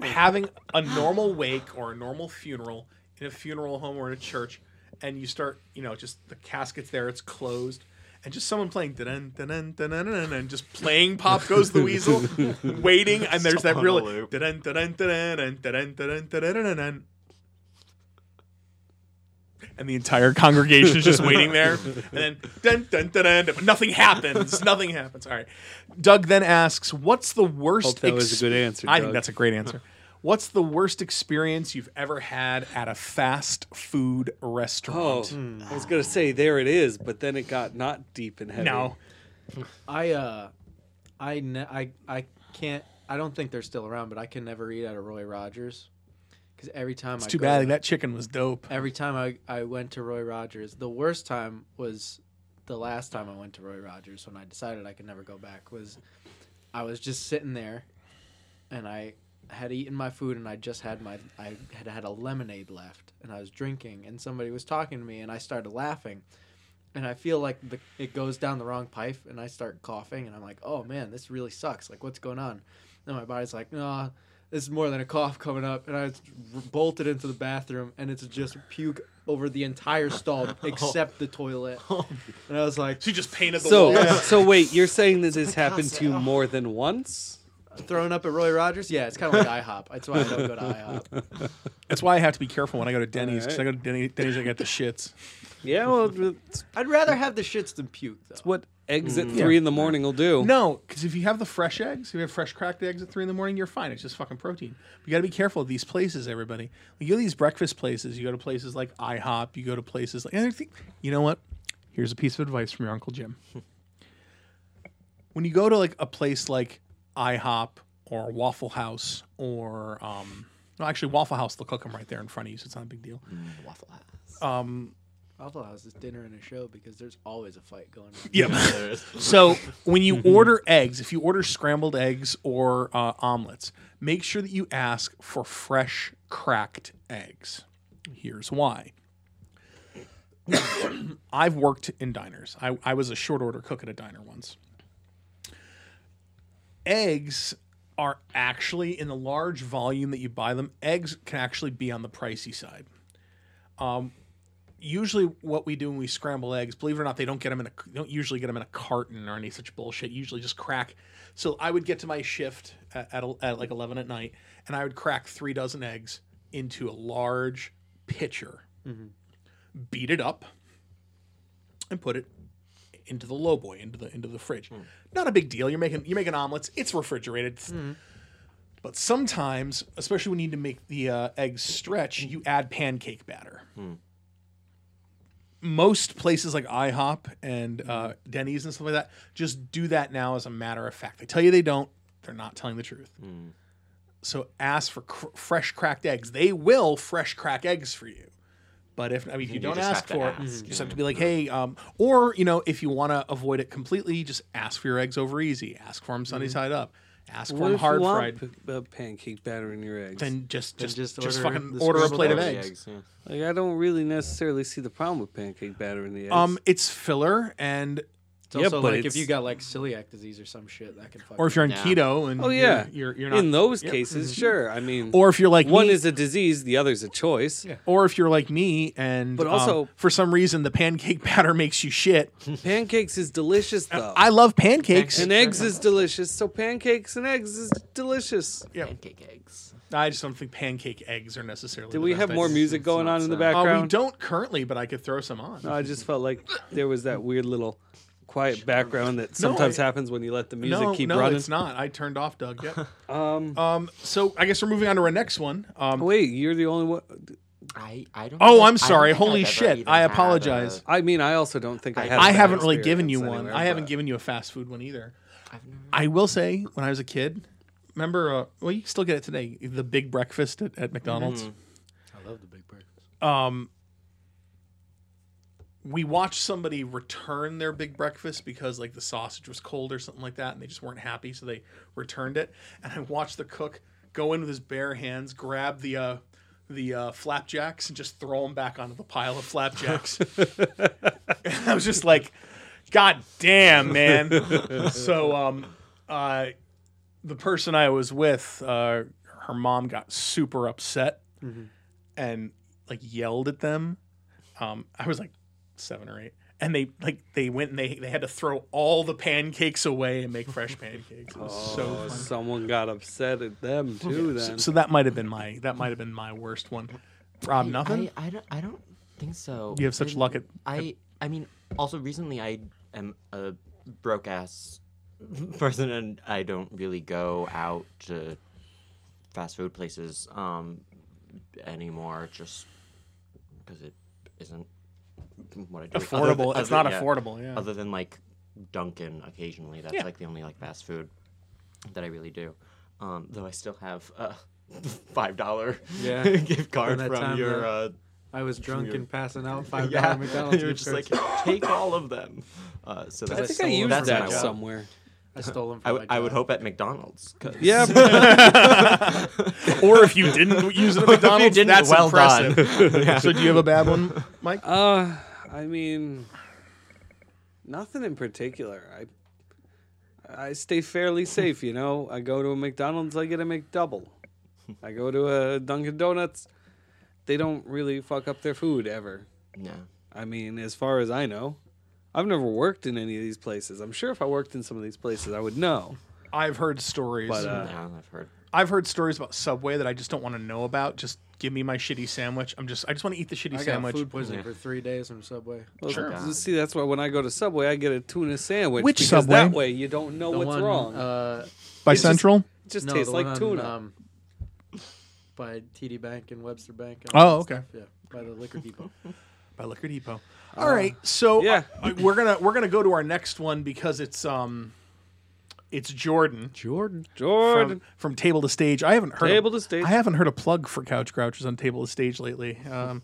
A: having a normal wake or a normal funeral in a funeral home or in a church, and you start, you know, just the casket's there, it's closed, and just someone playing dun dun dun dun dun dun and just playing "Pop Goes the Weasel," waiting, and there's that
C: on
A: real
C: a loop.
A: dun dun dun dun dun dun dun dun dun dun. And the entire congregation is just waiting there. And then dun, dun, dun, dun, dun, but nothing happens. Nothing happens. All right. Doug then asks, "What's the worst?"
B: Hope that was a good answer,
A: I
B: Doug.
A: think that's a great answer. What's the worst experience you've ever had at a fast food
B: Oh,
A: restaurant?
B: I was gonna say there it is, but then it got not deep and heavy.
A: no.
D: I uh, I ne- I I can't. I don't think they're still around, but I can never eat at a Roy Rogers because every time I
A: It's too
D: go
A: bad.
D: there-
A: That chicken was dope.
D: every time I I went to Roy Rogers, the worst time was the last time I went to Roy Rogers when I decided I could never go back. Was I was just sitting there, and I had eaten my food and I just had my I had had a lemonade left and I was drinking and somebody was talking to me and I started laughing and I feel like the, it goes down the wrong pipe, and I start coughing, and I'm like, oh man, this really sucks. Like, what's going on? And my body's like, nah, this is more than a cough coming up. And I just r- bolted into the bathroom, and it's just puke over the entire stall except the toilet. And I was like,
A: She just painted the
B: So,
A: wall.
B: so wait, you're saying that this happened to you more than once?
D: thrown up at Roy Rogers. Yeah, it's kind of like IHOP. That's why I don't go to IHOP.
A: That's why I have to be careful when I go to Denny's because I go to Denny, Denny's, I get the shits.
B: Yeah, well, it's
D: I'd rather have the shits than puke though.
B: what Hmm. eggs at three in the morning will do.
A: No, because if you have the fresh eggs, if you have fresh cracked eggs at three in the morning, you're fine. It's just fucking protein. But you got to be careful of these places, everybody. You go to these breakfast places. You go to places like IHOP. You go to places like. And I think, you know what? Here's a piece of advice from your uncle Jim. when you go to like a place like IHOP or Waffle House or um, no, actually Waffle House, they'll cook them right there in front of you, so it's not a big deal.
C: Mm, Waffle House.
A: Um,
D: Waffle House is dinner and a show because there's always a fight going on.
A: yeah. So when you order eggs, if you order scrambled eggs or uh, omelets, make sure that you ask for fresh cracked eggs. Here's why. I've worked in diners. I, I was a short order cook at a diner once. Eggs are actually in the large volume that you buy them. Eggs can actually be on the pricey side usually what we do when we scramble eggs, believe it or not, they don't get them in a they don't usually get them in a carton or any such bullshit. Usually just crack. So I would get to my shift at, at, at like eleven at night, and I would crack three dozen eggs into a large pitcher, beat it up, and put it into the low boy into the into the fridge. Not a big deal. You're making you're making omelets. It's refrigerated. It's- But sometimes, especially when you need to make the uh, eggs stretch, you add pancake batter most places like IHOP and uh, Denny's and stuff like that just do that now as a matter of fact. They tell you they don't, they're not telling the truth. So ask for cr- fresh cracked eggs. They will fresh crack eggs for you. But if I mean, if you, don't
C: just
A: ask Mm-hmm.
C: have to
A: for it,
C: ask.
A: you just have to be like, hey, um, or you know, if you want to avoid it completely, just ask for your eggs over easy. Ask for them sunny
B: Mm-hmm.
A: side up. Ask for
B: What
A: them
B: if
A: hard
B: you
A: fried.
B: want p- a pancake batter in your eggs?
A: Then just just just,
C: order
A: fucking
C: the
A: order a
C: scrambled
A: plate of
C: eggs, the
A: eggs.
C: yeah.
B: like, I don't really necessarily see the problem with pancake batter in the eggs.
A: Um, it's filler and
D: It's also
A: but
D: like if
A: it's-
D: you got like celiac disease or some shit that can fuck.
A: or if you're on
C: Yeah.
A: keto and
B: oh yeah,
A: you're, you're, you're not
B: in those
A: yeah.
B: cases. Sure, I mean,
A: or if you're like
B: one
A: me,
B: is a disease, the other's a choice.
A: or if you're like me and
B: But
A: um,
B: also-
A: for some reason the pancake batter makes you shit
B: Pancakes is delicious though,
A: i love pancakes
B: and eggs is delicious. So pancakes and eggs is delicious.
C: Pancake eggs.
A: i just don't think pancake eggs are necessarily
B: Do
A: the
B: we
A: best
B: have more
A: idea.
B: music going on in the
A: uh, we
B: background?
A: don't currently but i could throw some on
B: No, I just felt like there was that weird little quiet background that sometimes happens when you let the music
A: no,
B: keep
A: no,
B: running.
A: it's not. I turned off Doug. Yep.
B: Um,
A: um, so I guess we're moving on to our next one. Um,
B: wait, you're the only one.
C: I, I don't
A: Oh,
C: think-
A: I'm
C: I don't
A: sorry.
C: think
A: Holy
C: I've ever
A: shit.
C: even
A: I
C: had a-
A: apologize.
B: I mean, I also don't think I,
C: I-
B: had.
A: I
B: that
A: haven't really given
B: experience
A: you one.
B: anywhere,
A: I haven't
B: but-
A: given you a fast food one either.
C: I've never-
A: I will say, when I was a kid, remember? Uh, well, you can still get it today. The Big Breakfast at, at
C: Mm-hmm.
A: McDonald's.
D: I love the big breakfast.
A: we watched somebody return their big breakfast because like the sausage was cold or something like that and they just weren't happy so they returned it and i watched the cook go in with his bare hands grab the uh the uh, flapjacks and just throw them back onto the pile of flapjacks And i was just like god damn man so um uh the person i was with uh her mom got super upset
C: Mm-hmm.
A: and like yelled at them um i was like seven or eight. And they like they went and they they had to throw all the pancakes away and make fresh pancakes. It was so
B: Oh,
A: fun.
B: someone got upset at them too. Then
A: So that might have been my that might have been my worst one. Rob, nothing.
C: I, I, don't, I don't think so.
A: you have such
C: I-
A: luck at
C: I I mean, also recently I am a broke ass person and I don't really go out to fast food places um anymore just because it isn't what I do. Other
A: affordable.
C: than-
A: it's not
C: other- yeah.
A: affordable. Yeah.
C: Other than like Dunkin' occasionally, that's
A: Yeah.
C: like the only like fast food that I really do. Um, though I still have a five dollar
D: Yeah.
C: gift card
D: that
C: from
D: time
C: your
D: that-
C: uh,
D: I was drunk and passing out five dollar
C: yeah,
D: McDonald's.
C: you were just
D: gift
C: like
D: cards.
C: take all of them. Uh, so
B: I
C: that's
B: think I used
C: that's
B: that
C: my-
B: somewhere.
D: I stole them. From
C: I, w-
D: my
C: I would
D: job.
C: hope at McDonald's. 'cause-
B: Yeah, but
A: or if you didn't use it at
C: If you
A: McDonald's,
C: didn't,
A: that's
C: well
A: impressive.
C: done. Yeah.
A: So do you have a bad one, Mike?
B: uh, I mean, nothing in particular. I I stay fairly safe, you know. I go to a McDonald's, I get a McDouble. I go to a Dunkin' Donuts, they don't really fuck up their food ever.
C: No.
B: I mean, as far as I know, I've never worked in any of these places. I'm sure if I worked in some of these places, I would know.
A: I've heard stories.
C: But, uh, Yeah, I've heard.
A: I've heard stories about Subway that I just don't want to know about. Just give me my shitty sandwich. I'm just I just want to eat the shitty
D: I got
A: sandwich.
D: food poisoning for three days from Subway.
B: Well, See, that's why when I go to Subway, I get a tuna sandwich.
K: Which
B: because
K: Subway?
B: That way, you don't know
D: The
B: what's
D: one,
B: wrong.
D: uh,
K: By
B: It just-
K: Central?
B: it just
D: No,
B: tastes
D: the
B: like
D: one on,
B: tuna.
D: um, by TD Bank and Webster Bank. and
K: Oh,
D: all that
K: okay.
D: stuff, Yeah, by the liquor depot.
A: by Liquor Depot.
B: Uh,
A: All right, so yeah, we're gonna we're gonna go to our next one because it's um, it's Jordan.
D: Jordan.
B: Jordan.
A: From, from table to stage. I haven't heard a-
B: Table to Stage.
A: I haven't heard a plug for Couch Grouchers on table to stage lately. Um,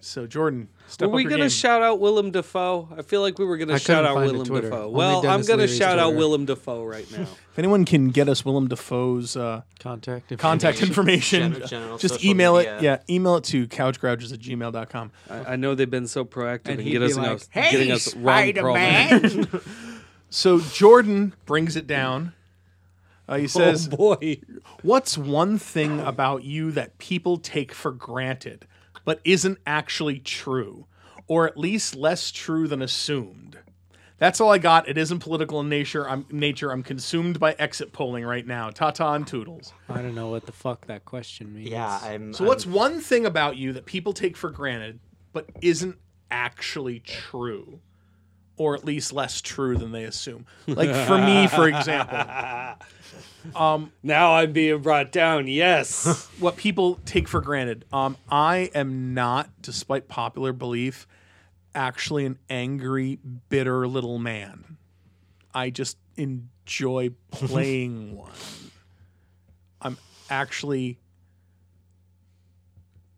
A: so Jordan, step
B: were we
A: up
B: gonna
A: your game.
B: shout out Willem Dafoe? I feel like we were gonna
D: I
B: shout
D: couldn't
B: out
D: find a
B: Willem
D: Twitter.
B: Dafoe.
D: Only
B: Well, I'm
D: Dennis
B: gonna
D: Leary's
B: shout out
D: Twitter.
B: Willem Dafoe right now.
K: If anyone can get us Willem Dafoe's uh,
D: Contact
K: contact information,
C: Gen- general
K: just
C: social
K: email it.
C: media.
K: Yeah, email it to couchgrouches at gmail.com.
B: I, I know they've been so proactive in
D: he'd
B: get us
D: be like,
B: us- getting us wrong problems.
A: So Jordan brings it down. Uh,
C: Oh,
A: he says,
B: "Oh, boy.
A: "What's one thing about you that people take for granted, but isn't actually true, or at least less true than assumed?" That's all I got. It isn't political in nature. I'm nature. I'm consumed by exit polling right now. Tata and toodles.
D: I don't know what the fuck that question means.
C: Yeah, Mm, I'm.
A: So, what's one thing about you that people take for granted, but isn't actually true, or at least less true than they assume? Like for me, for example,
B: Now I'm being brought down. Yes.
A: what people take for granted. Um, I am not, despite popular belief, actually an angry, bitter little man. I just enjoy playing one. I'm actually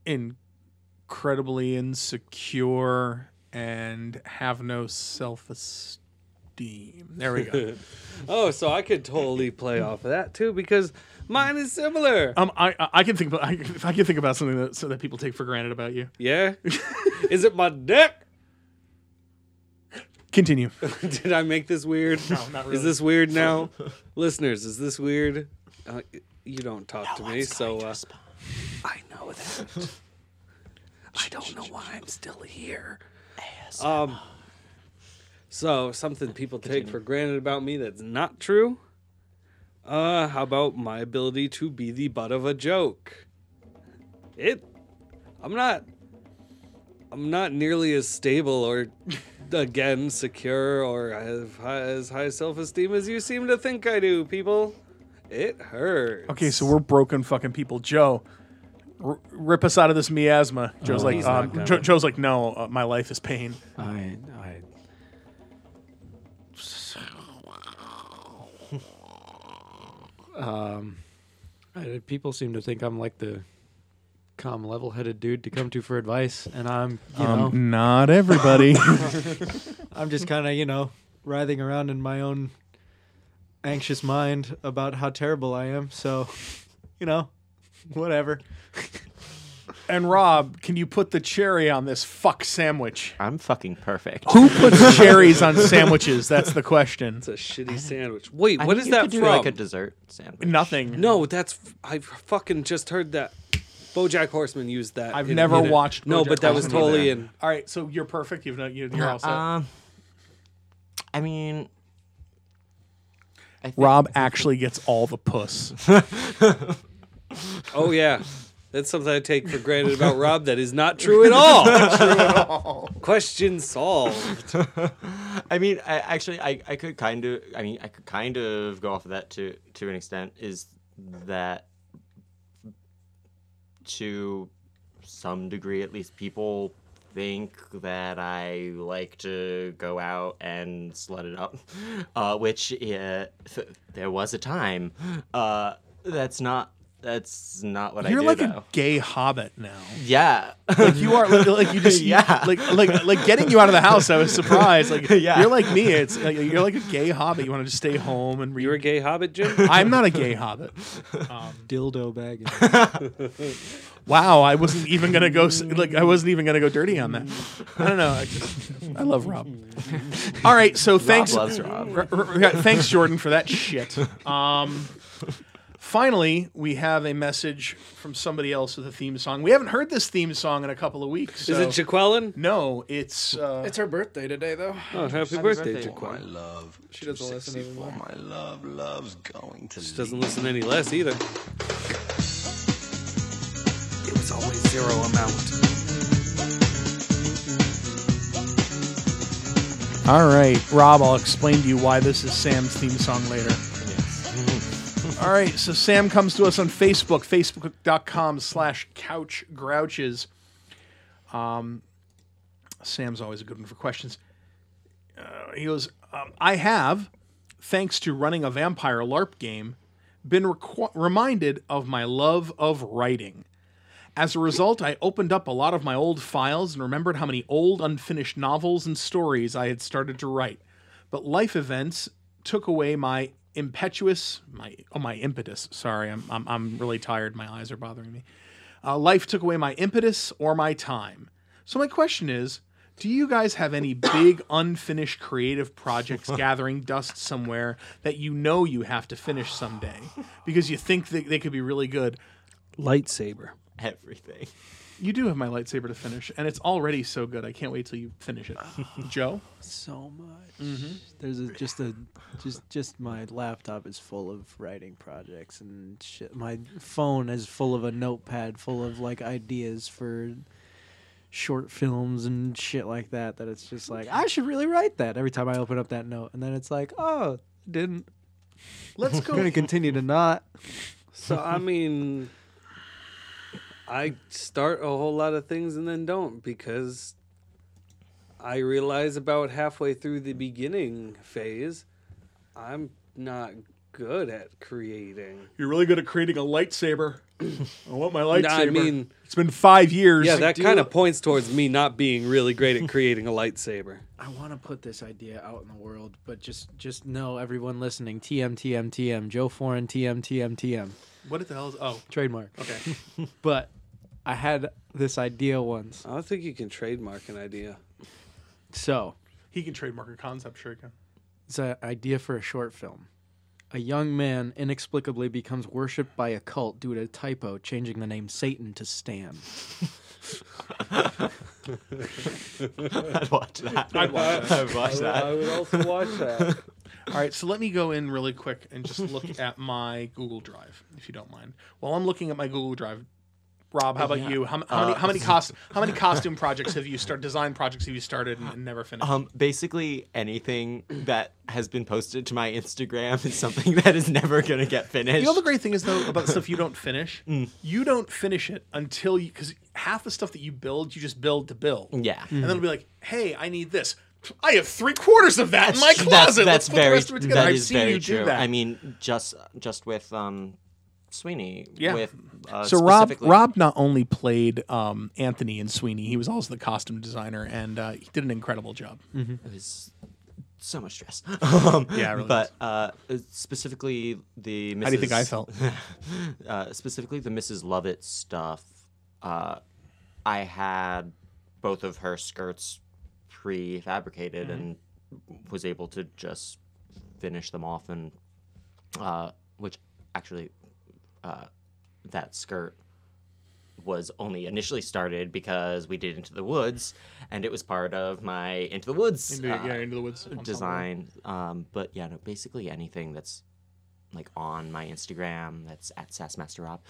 A: incredibly insecure and have no self esteem. There we go.
B: oh, so I could totally play off of that too because mine is similar.
A: um, I I- I can think about I, can- I can think about something that so that people take for granted about you.
B: Yeah. is it my dick?
A: Continue.
B: Did I make this weird? No,
A: not
B: Is this weird now, listeners? Is this weird? Uh, you don't talk to me, so uh, I know that. I don't know why I'm still here. Um. So something people take for granted about me that's not true. Uh, how about my ability to be the butt of a joke? It, I'm not. I'm not nearly as stable or again secure or I have high, as high self-esteem as you seem to think I do, people. It hurts.
A: Okay, so we're broken fucking people. Joe, r- rip us out of this miasma. Joe's like,
B: Oh, he's not
A: um,
B: gonna.
A: jo- Joe's like, no, uh, my life is pain.
D: I, I, um, I, people seem to think I'm like the calm, level-headed dude to come to for advice, and I'm, you
A: Um,
D: know,
K: Um,
A: mm.
K: Not everybody.
D: I'm just kind of, you know, writhing around in my own anxious mind about how terrible I am. So, you know, whatever.
A: And Rob, can you put the cherry on this fuck sandwich?
C: I'm fucking perfect.
A: Who puts cherries on sandwiches? That's the question.
B: It's a shitty sandwich. Wait,
C: I
B: what
C: think
B: is
C: you
B: that
C: could
B: from?
C: do like a dessert sandwich.
A: Nothing.
B: no, that's I fucking just heard that. BoJack Horseman used that.
A: I've
B: in-
A: never
B: in it.
A: watched
B: No,
A: BoJack
B: but that was
A: Horseman
B: totally
C: either.
B: in.
A: All right, so you're perfect. You've not, you're, you're all set.
C: Um, I mean, I think
K: Rob actually gets all the puss.
B: Oh yeah. That's something I take for granted about Rob that is not true at all. Question solved.
C: I mean, I actually, I, I could kind of, I mean, I could kind of go off of that to to an extent. Is that to some degree, at least, people think that I like to go out and slut it up, uh, which uh, th- there was a time. Uh, that's not. That's not what
K: You're
C: I do
K: like
C: though.
K: a gay hobbit now.
C: Yeah.
K: Like you are like, like you just
C: Yeah.
K: like like like getting you out of the house. I was surprised. Like
C: Yeah.
K: you're like me. It's like, you're like a gay hobbit. You want to just stay home and read.
B: You're a gay hobbit, Jim?
K: I'm not a gay hobbit.
D: Dildo bagging.
K: Wow, I wasn't even gonna go s- like I wasn't even gonna go dirty on that. I don't know. I, just, I love Rob.
A: All right, so thanks.
C: loves Rob.
A: R- r- yeah, thanks, Jordan, for that shit. Um,
J: Finally, we have a message from somebody else with a theme song. We haven't heard this theme song in a couple of weeks.
B: Is it
J: so-
B: Jaquelin?
J: No, it's uh,
D: It's her birthday today, though.
B: Oh, happy,
D: Happy
B: birthday,
D: birthday.
B: Jaqueline.
D: My
B: love.
D: She doesn't listen anymore.
B: My love loves going to. She doesn't listen any less either. It was always zero amount.
A: All right, Rob, I'll explain to you why this is Sam's theme song later. All right, so Sam comes to us on Facebook, facebook.com slash couch grouches. Um, Sam's always a good one for questions. Uh, he goes, um, I have, thanks to running a vampire LARP game, been requ- reminded of my love of writing. As a result, I opened up a lot of my old files and remembered how many old unfinished novels and stories I had started to write. But life events took away my impetuous, my oh my impetus. Sorry, I'm I'm, I'm really tired. My eyes are bothering me. Uh, life took away my impetus or my time. So my question is. Do you guys have any big unfinished creative projects gathering dust somewhere that you know you have to finish someday because you think that they could be really good?
B: Lightsaber.
C: Everything.
A: You do have my lightsaber to finish, and it's already so good. I can't wait till you finish it, Joe.
F: so much.
D: Mm-hmm.
F: There's a, just a just just my laptop is full of writing projects and shit. My phone is full of a notepad full of like ideas for short films and shit like that. That it's just like I should really write that every time I open up that note, and then it's like oh didn't.
A: Let's go.
F: I'm gonna continue to not.
B: So I mean, I start a whole lot of things and then don't because I realize about halfway through the beginning phase, I'm not good at creating.
J: You're really good at creating a lightsaber. I want my lightsaber.
B: No, I mean-
J: it's been five years.
B: Yeah, that kind of points towards me not being really great at creating a lightsaber.
D: I want to put this idea out in the world, but just just know everyone listening. TM TM TM. Joe Foreign TM TM TM.
J: What the hell is? Oh,
D: Trademark.
J: okay.
D: But I had this idea once.
B: I don't think you can trademark an idea.
D: So
J: he can trademark a concept. Sure, he can.
D: it's an idea for a short film. A young man inexplicably becomes worshipped by a cult due to a typo, changing the name Satan to Stan.
C: I'd watch that.
J: I'd watch
C: I'd watch that.
B: would also watch that.
J: All right, so let me go in really quick and just look at my Google Drive, if you don't mind. While I'm looking at my Google Drive, Rob, how about you? How, how many how many cost how many costume projects have you started? Design projects have you started and, and never finished?
C: Um, basically anything that has been posted to my Instagram is something that is never gonna get finished.
J: You know the great thing is though about the stuff you don't finish,
A: Mm.
J: you don't finish it until you because half the stuff that you build, you just build to build.
C: Yeah.
J: and then it'll be like, hey, I need this. I have three quarters of that in my
C: That's-
J: closet.
C: That's,
J: Let's put the
C: very.
J: rest of it together.
C: that
J: I've
C: is
J: seen
C: very
J: you
C: true.
J: do that.
C: I mean, just just with um, Sweeney.
J: Yeah.
C: With uh,
A: so Rob
C: specifically-
A: Rob not only played um, Anthony and Sweeney, he was also the costume designer, and uh, he did an incredible job.
C: It was so much stress. um,
A: Yeah, it really
C: but uh, specifically the. Mrs.
A: How do you think I felt?
C: uh, specifically the Mrs. Lovett stuff, uh, I had both of her skirts
J: Mm-hmm.
C: prefabricated and was able to just finish them off, and uh, which actually uh, that skirt was only initially started because we did Into the Woods, and it was part of my Into the Woods
J: Into-
C: uh,
J: yeah, into the woods ensemble.
C: design. Um, but yeah, no, basically anything that's like on my Instagram, that's at Sassmaster Rob.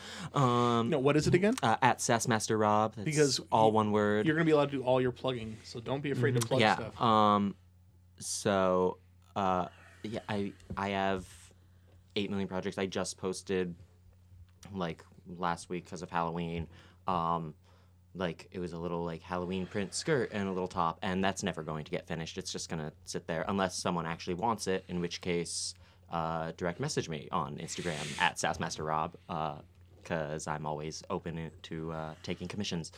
C: Um,
J: No, what is it again?
C: uh, at Sassmaster Rob. That's
J: Because
C: all
J: you-
C: one word.
J: You're gonna be allowed to do all your plugging, so don't be afraid to plug
C: Mm-hmm. yeah.
J: stuff.
C: Um, so, uh, yeah, I I have eight million projects. I just posted like last week because of Halloween. Um, like it was a little like Halloween print skirt and a little top, and that's never going to get finished. It's just gonna sit there unless someone actually wants it, in which case, uh, direct message me on Instagram at Sassmaster Rob. Uh, because I'm always open to uh, taking commissions,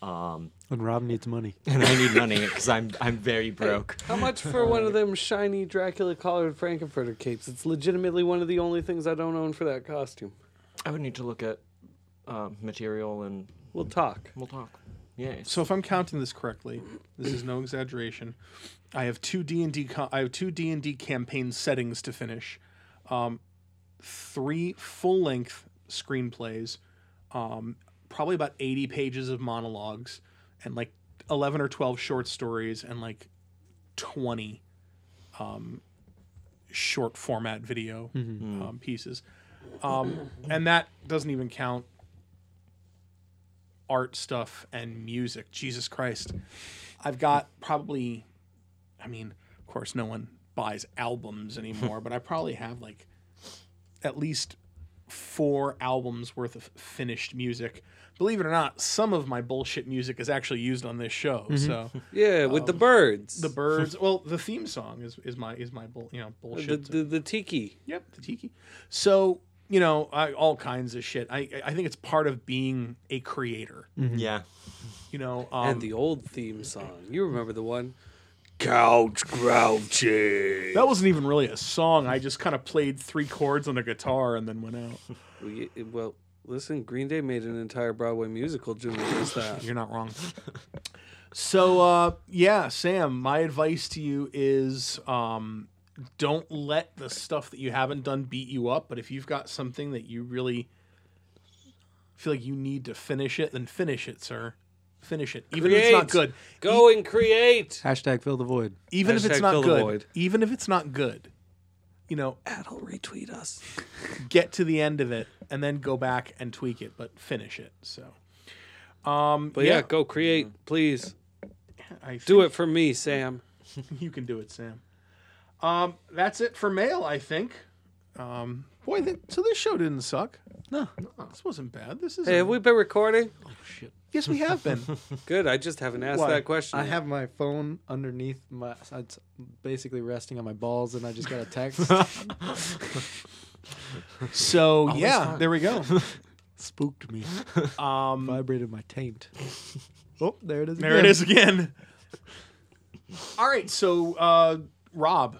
C: um,
F: And Rob needs money.
C: and I need money because I'm I'm very broke.
B: How much for one of them shiny Dracula collared Frankenfurter capes? It's legitimately one of the only things I don't own for that costume.
C: I would need to look at uh, material and
B: We'll talk.
C: we'll talk. Yeah.
J: So if I'm counting this correctly, this is no exaggeration. I have two D and D. I have two D and D campaign settings to finish. Um,
A: three full length screenplays, um, probably about 80 pages of monologues, and like 11 or 12 short stories, and like 20 um, short format video
L: Mhm.
A: um, pieces. Um, and that doesn't even count art stuff and music. Jesus Christ. I've got probably, I mean, of course, no one buys albums anymore, but I probably have like at least four albums worth of finished music. Believe it or not, some of my bullshit music is actually used on this show.
B: Mhm.
A: So
B: Yeah, with the birds.
A: the birds. Well, the theme song is, is my is my bull, you know
B: the,
A: bullshit.
B: the, the tiki.
A: Yep, the tiki. So you know, I, all kinds of shit. I I think it's part of being a creator.
B: Mm-hmm.
C: Yeah.
A: You know,
B: Mm. and the old theme song. You remember the one?
A: Couch grouchy. That wasn't even really a song. I just kind of played three chords on a guitar and then went out.
B: We, well, listen, Green Day made an entire Broadway musical doing just that.
A: You're not wrong. So uh, yeah, Sam, my advice to you is um, don't let the stuff that you haven't done beat you up. But if you've got something that you really feel like you need to finish it, then finish it, sir. Finish it, even if it's not
B: Create.
A: good.
B: Go and create.
D: Hashtag fill the void.
A: Even if it's
B: Hashtag
A: not
B: fill the
A: good.
B: void.
A: Even if it's not good. You know,
B: That'll retweet us.
A: get to the end of it and then go back and tweak it, but finish it. So, um,
B: But yeah, go create, please.
A: I
B: Do it for me, Sam.
A: you can do it, Sam. Um, that's it for mail, I think. Um, boy, th- so this show didn't suck.
D: No,
A: this wasn't bad. This is
B: Hey, have we been recording?
A: yes, we have been.
B: Good. I just haven't asked
A: Why?
B: that question.
D: I
B: yet.
D: have my phone underneath my. It's basically resting on my balls, and I just got a text.
A: So
D: this
A: yeah,
D: time.
A: there we go.
D: Spooked me.
A: Um,
D: Vibrated my taint. Oh, there it is.
A: there it is again. All right, so uh, Rob,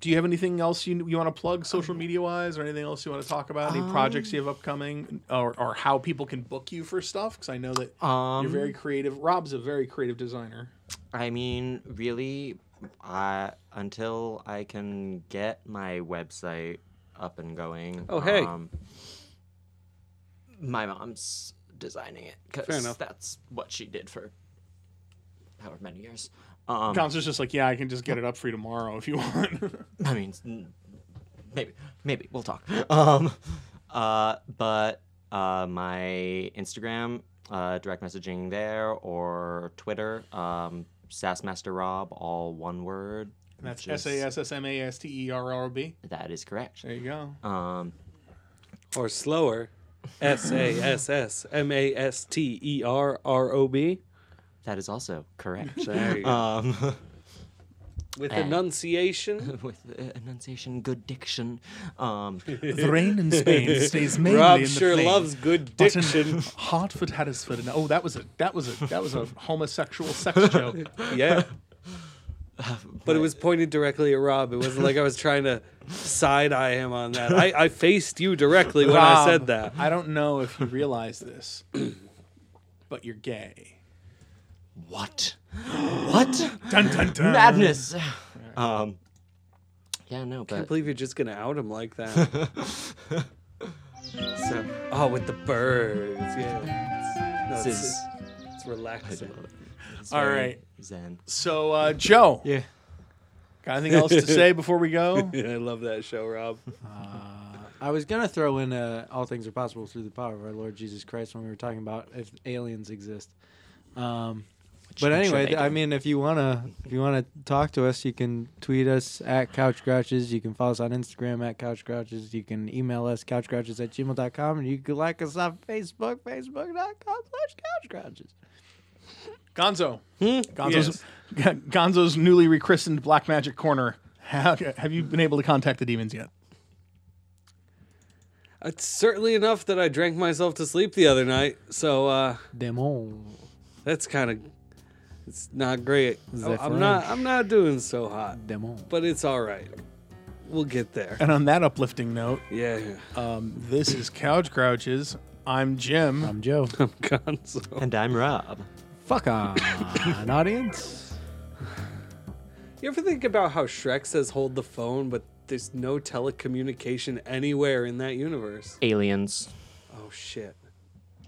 A: do you have anything else you you want to plug social media wise, or anything else you want to talk about? Any projects you have upcoming, or or how people can book you for stuff? Because I know that
C: Um,
A: you're very creative. Rob's a very creative designer.
C: I mean, really, I, until I can get my website up and going. um,
B: Oh, hey.
C: my mom's designing it
B: Fair
C: because
B: enough.
C: that's what she did for however many years. Um,
A: Counselor's just like, yeah, I can just get it up for you tomorrow if you want.
C: I mean, s- n- maybe, maybe we'll talk. Um, uh, but uh, my Instagram, uh, direct messaging there or Twitter, um, Sassmaster Rob, all one word.
A: That's
C: which
A: S
C: is-
A: A S S M A S T E R R B.
C: That is correct.
A: There you go.
C: Um,
B: or slower. S A S S M A S T E R R O B.
C: that is also correct.
B: There you go.
C: um,
B: With
C: And-
B: enunciation.
C: with uh, enunciation, good diction. Um,
M: The rain in Spain stays mainly
B: Rob
M: in the
B: sure
M: plain.
B: loves good
M: But in
B: diction.
M: Hartford, Huddersfield. and- Oh, that was a that was a that was a homosexual sex joke.
B: yeah. But it was pointed directly at Rob. It wasn't like I was trying to side eye him on that. I, I faced you directly when I
A: Rob,
B: said that.
A: I don't know if you realize this, but you're gay.
C: what? what?
A: Dun dun dun.
C: Madness. Um, yeah, no,
B: I can't
C: but
B: believe you're just gonna out him like that.
C: so
B: oh, with the birds. Yeah. No,
C: this
B: it's,
C: is.
B: it's, it's relaxing.
C: it's
A: All
C: very
A: right.
C: Zen.
A: So, uh, Joe,
D: Yeah.
A: got anything else to say before we go?
B: Yeah, I love that show, Rob.
D: I was gonna throw in uh, all things are possible through the power of our Lord Jesus Christ when we were talking about if aliens exist. Um, but
C: I'm sure
D: anyway,
C: they
D: th- I
C: do.
D: mean, if you wanna if you wanna talk to us, you can tweet us at Couch Grouches. You can follow us on Instagram at Couch Grouches. You can email us couchgrouches at gmail.com. and you can like us on Facebook, Facebook.com/slash Couch Grouches.
A: Gonzo. Gonzo's, G- Gonzo's newly rechristened Black Magic Corner. How, have you been able to contact the demons yet?
B: It's certainly enough that I drank myself to sleep the other night, so uh,
D: Demon.
B: that's kind of it's not great.
D: Is
B: I-
D: that
B: I'm
D: French?
B: not I'm not doing so hot,
D: Demon.
B: but it's all right. We'll get there.
A: And on that uplifting note,
B: Yeah,
A: um, this is Couch Grouches. I'm Jim.
D: I'm Joe.
B: console.
C: And I'm Rob.
D: Fuck on, audience.
B: You ever think about how Shrek says hold the phone, but there's no telecommunication anywhere in that universe.
C: Aliens.
B: Oh shit.